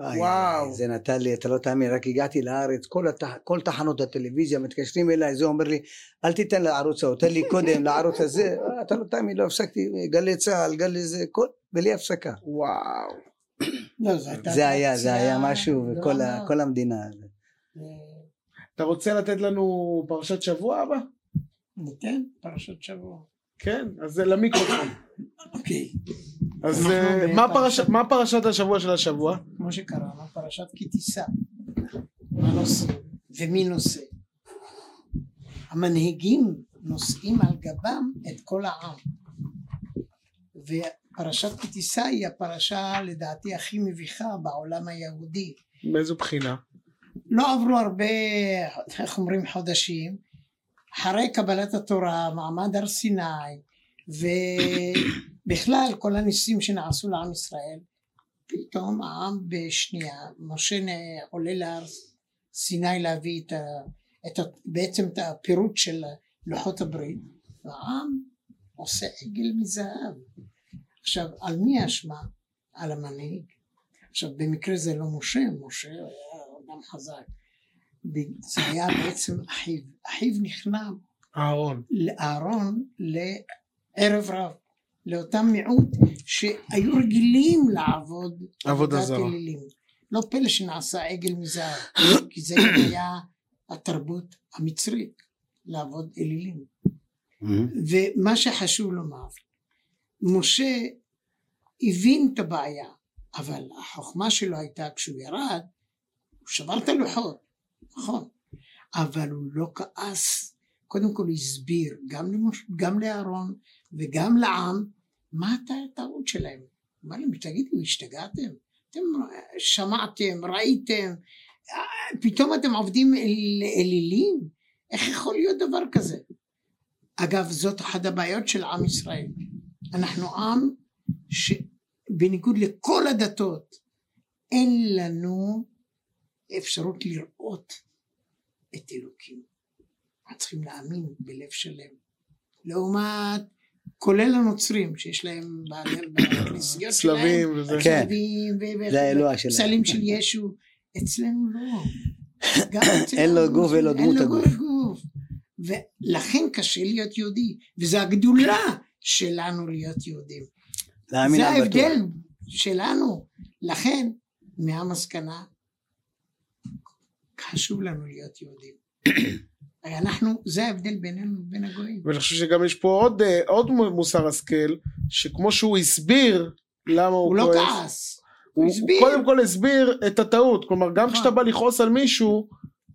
S3: איי,
S1: וואו.
S3: זה נתן לי, אתה לא תאמין, רק הגעתי לארץ, כל, התח... כל תחנות הטלוויזיה מתקשרים אליי, זה אומר לי, אל תיתן לערוץ ההוא, תן לי קודם [laughs] לערוץ הזה, אה, אתה לא תאמין, לא הפסקתי, גלי צה"ל, גלי זה, כל... בלי הפסקה.
S1: וואו.
S2: [laughs] לא, זו הייתה
S3: זה היה, זה היה
S2: אטרקציה
S3: משהו, וכל ה...
S2: גדולה.
S3: כל המדינה.
S2: לא, אה,
S1: אתה רוצה לתת לנו פרשת שבוע הבא?
S2: ניתן פרשת שבוע.
S1: כן, אז זה למיקרופון.
S2: אוקיי.
S1: אז
S2: אנחנו
S1: אה,
S2: בפרשת-
S1: מה פרשת- מה פרשת השבוע של השבוע?
S2: כמו שקראנו, פרשת כי תישא. מה נושא ומי נושא. המנהיגים נושאים על גבם את כל העם. ופרשת כי תישא היא הפרשה לדעתי הכי מביכה בעולם היהודי.
S1: מאיזו בחינה?
S2: לא עברו הרבה, איך אומרים, חודשים, אחרי קבלת התורה, מעמד הר סיני, ובכלל כל הניסים שנעשו לעם ישראל, פתאום העם בשנייה, משה נ- עולה להר סיני להביא את, ה, את ה, בעצם את הפירוט של לוחות הברית, והעם עושה עגל מזהב. עכשיו, על מי האשמה? על המנהיג. עכשיו במקרה זה לא משה, משה היה אדם חזק. ב- זה היה בעצם אחיו. אחיו נכנע
S1: אהרון.
S2: לאהרון לערב רב, לאותם מיעוט שהיו רגילים לעבוד
S1: עבודה זרה.
S2: אלילים. לא פלא שנעשה עגל
S1: [coughs]
S2: מזהב, כי זה גם היה התרבות המצרית, לעבוד אלילים.
S1: Mm-hmm.
S2: ומה שחשוב לומר, משה הבין את הבעיה, אבל החוכמה שלו הייתה כשהוא ירד, הוא שבר את הלוחות, נכון, אבל הוא לא כעס, קודם כל הוא הסביר גם, למוש, גם לאהרון וגם לעם, מה הייתה הטעות שלהם? הוא אמר להם, תגידו, השתגעתם? אתם שמעתם, ראיתם, אה, פתאום אתם עובדים אל- אלילים? איך יכול להיות דבר כזה? אגב זאת אחת הבעיות של עם ישראל אנחנו עם שבניגוד לכל הדתות אין לנו אפשרות לראות את אלוקים אנחנו צריכים להאמין בלב שלם לעומת כולל הנוצרים שיש להם בעלי- בכנסיות שלהם
S1: [coughs] צלבים וזה.
S3: כן.
S2: צלבים ו- ו-
S3: זה האלוה שלהם.
S2: צלם של ישו אצלנו לא גם אצל
S3: [laughs] אין לו
S2: העם
S3: גוף, אין לו
S2: המוסלמי,
S3: דמות
S2: גוף, גוף. ולכן קשה להיות יהודי וזו הגדולה שלנו להיות יהודים
S3: להאמין
S2: זה
S3: על בטוח.
S2: ההבדל שלנו לכן מהמסקנה חשוב לנו להיות
S3: [coughs]
S2: יהודים אנחנו זה ההבדל בינינו ובין הגויים
S1: ואני חושב שגם יש פה עוד, אה, עוד מוסר השכל, שכמו שהוא הסביר למה הוא,
S2: הוא לא
S1: כועס,
S2: כעס
S1: הוא,
S2: הוא
S1: הוא
S2: הסביר.
S1: קודם כל הסביר את הטעות, כלומר גם
S2: נכון.
S1: כשאתה בא לכעוס על מישהו,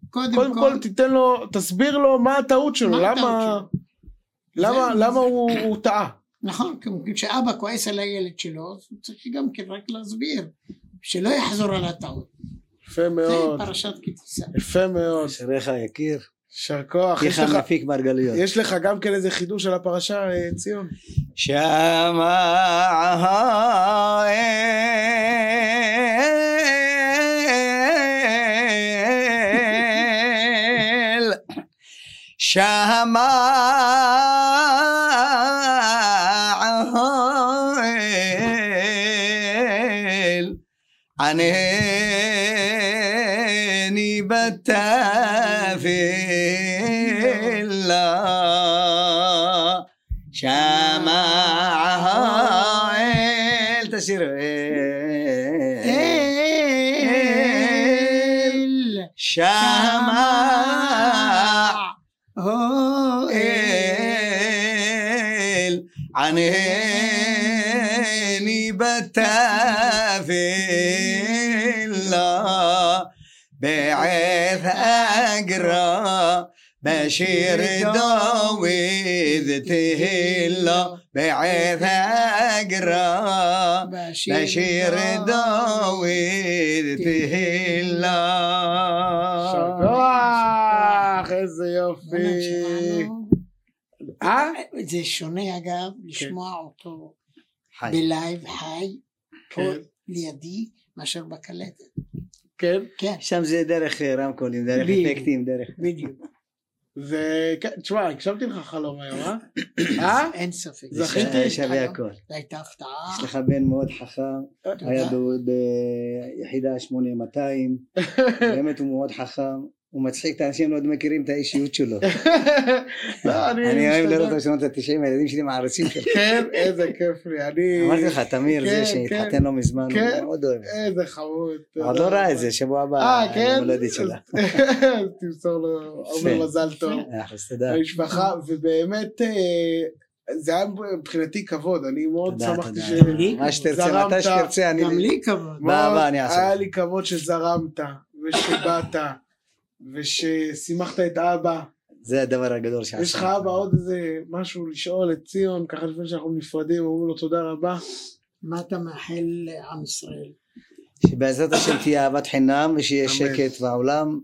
S2: קודם
S1: קודם כל
S2: כל
S1: תיתן לו, תסביר לו מה הטעות שלו,
S2: מה
S1: למה,
S2: הטעות שלו?
S1: למה,
S2: זה-
S1: למה הוא, הוא טעה.
S2: נכון, כמו כשאבא כועס על הילד שלו, אז הוא צריך גם כן רק להסביר, שלא יחזור על הטעות.
S1: יפה
S2: זה
S1: מאוד,
S2: פרשת כי תישא.
S1: יפה מאוד,
S3: אשריך יקיר,
S1: יישר כוח, יש
S3: איך
S1: לך,
S3: המפיק מרגליות.
S1: יש לך גם כן איזה חידוש על הפרשה, אה, ציון.
S3: شمعها شمعها عنيني بتافل شمعها عيل تشير
S2: إيه.
S1: אה.
S2: אל
S3: شمع
S2: הו
S3: إل عن عيني بتافلا بعث أقرا بشير داويد تهلا بعث أقرا بشير داويد
S1: כן. יישר
S3: تهلا
S1: כוח, איזה יופי.
S2: שמענו.
S1: אה? כן.
S2: זה שונה אגב לשמוע אותו
S4: חי.
S2: בלייב חי, פה
S1: כן.
S2: לידי, מאשר בקלטת.
S1: כן,
S2: כן,
S3: שם זה דרך אה, רמקולים, דרך
S2: בדיוק.
S3: אפקטים, דרך...
S2: בדיוק,
S1: זה... כן, תשמע, הקשבתי לך חלום היום, [coughs] אה? אה?
S2: אין ספק.
S3: זה
S1: זכיתי.
S3: שווה- אה, שווה הכל.
S2: זו הייתה הפתעה.
S3: יש לך בן מאוד חכם,
S2: תודה.
S3: אה, היה אה, ב- ביחידה
S1: [laughs]
S3: 8200, באמת הוא מאוד חכם, הוא מצחיק את האנשים, לא עוד מכירים את האישיות שלו.
S1: לא, אני...
S3: אני אוהב
S1: משתדל.
S3: לראות את השנות התשעים, הילדים שלי מעריצים שלו.
S1: כן, איזה כיף לי, אני...
S3: אמרתי לך, תמיר,
S1: כן,
S3: זה שהתחתן לא מזמן,
S1: כן.
S3: הוא מאוד אוהב.
S1: איזה חמוד.
S3: הוא עוד לא ראה את זה, שבוע הבא,
S1: אה,
S3: יום
S1: כן?
S3: הולדת שלה.
S1: [laughs] אז תמסור לו
S3: יפה.
S1: הרבה מזל טוב.
S3: מאה אחוז, אה, תודה.
S1: למשפחה, ובאמת, אה, זה היה מבחינתי כבוד, אני מאוד
S3: תודה,
S1: שמחתי
S3: תודה.
S1: ש...
S3: מה שתרצה,
S1: זרמת.
S3: מתי שתרצה, אני...
S2: גם לי כבוד.
S3: מה-
S1: מאוד
S3: מה אני אעשה
S1: היה
S3: לך?
S1: לי כבוד שזרמת, ושבאת, וששימחת את אבא.
S3: זה הדבר הגדול שעשה.
S1: יש לך אבא עוד איזה משהו לשאול את ציון, ככה לפני שאנחנו נפרדים, אומרים לו תודה רבה.
S2: מה אתה מאחל לעם ישראל?
S3: שבעזרת השם תהיה אהבת חינם ושיהיה
S1: אמן.
S3: שקט בעולם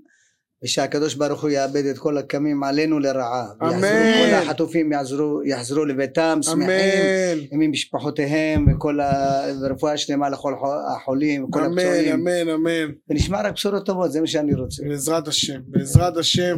S3: ושהקדוש ברוך הוא יאבד את כל הקמים עלינו לרעה.
S1: אמן.
S3: ויחזרו כל החטופים יחזרו, יחזרו לביתם שמחים
S1: אמן,
S3: הם עם משפחותיהם וכל ה- ורפואה שלמה לכל חו- החולים וכל
S1: אמן,
S3: הפצועים
S1: אמן, אמן.
S3: ונשמע רק בשורות טובות זה מה שאני רוצה.
S1: בעזרת השם, בעזרת
S3: אה,
S1: השם.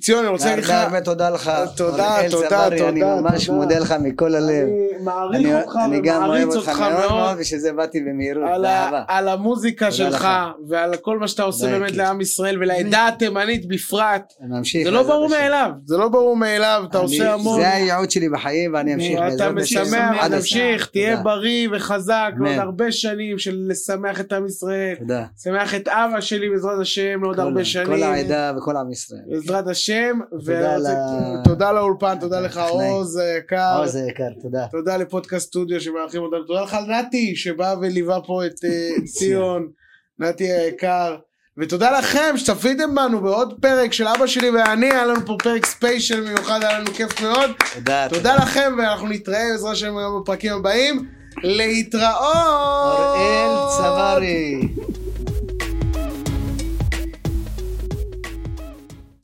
S1: ציון, אני רוצה להגיד לך,
S3: הרבה הרבה תודה לך.
S1: תודה,
S3: אוראל
S1: תודה,
S3: צברי, אני
S1: תודה,
S3: ממש
S1: תודה.
S3: מודה לך מכל הלב.
S1: אני מעריך
S3: אני-
S1: אותך
S3: אני גם אוהב
S1: ומעריץ
S3: אותך מאוד מאוד ושזה באתי במהירות,
S1: על,
S3: באהבה.
S1: ה, על המוזיקה
S3: תודה
S1: שלך
S3: לך.
S1: ועל כל מה שאתה עושה
S3: תודה,
S1: באמת
S3: יקי.
S1: לעם ישראל ולעדה התימנית בפרט.
S3: נמשיך.
S1: זה לא
S3: בעזרת
S1: ברור
S3: השם.
S1: מאליו, זה לא ברור מאליו, אתה
S3: אני-
S1: עושה המון.
S3: זה הייעוד שלי בחיים ואני אמשיך.
S1: אתה
S3: בעזרת השם,
S1: משמח,
S3: עד הסוף.
S1: תמשיך, תהיה
S3: תודה,
S1: בריא וחזק,
S3: אמן.
S1: לעוד הרבה שנים של לשמח את עם ישראל.
S3: תודה.
S1: שמח את אבא שלי בעזרת השם לעוד הרבה
S3: כל- כל
S1: שנים.
S3: העדה וכל עם ישראל.
S1: בעזרת השם.
S3: תודה
S1: ואני רוצה-
S3: ל-
S1: תודה לאולפן, תודה לך
S3: הטכנאי.
S1: עוז היקר.
S3: עוז היקר, תודה.
S1: תודה לפודקאסט סטודיו שמארחים אותנו, תודה לך נתי שבא וליווה פה את
S3: [laughs]
S1: אה, ציון, נתי היקר, ותודה לכם שצפיתם בנו בעוד פרק של אבא שלי ואני, היה לנו פה פרק ספיישל מיוחד, היה לנו כיף מאוד,
S3: תודה.
S1: תודה לכם ואנחנו נתראה בעזרת השם היום בפרקים הבאים, להתראות!
S3: אוראל צברי.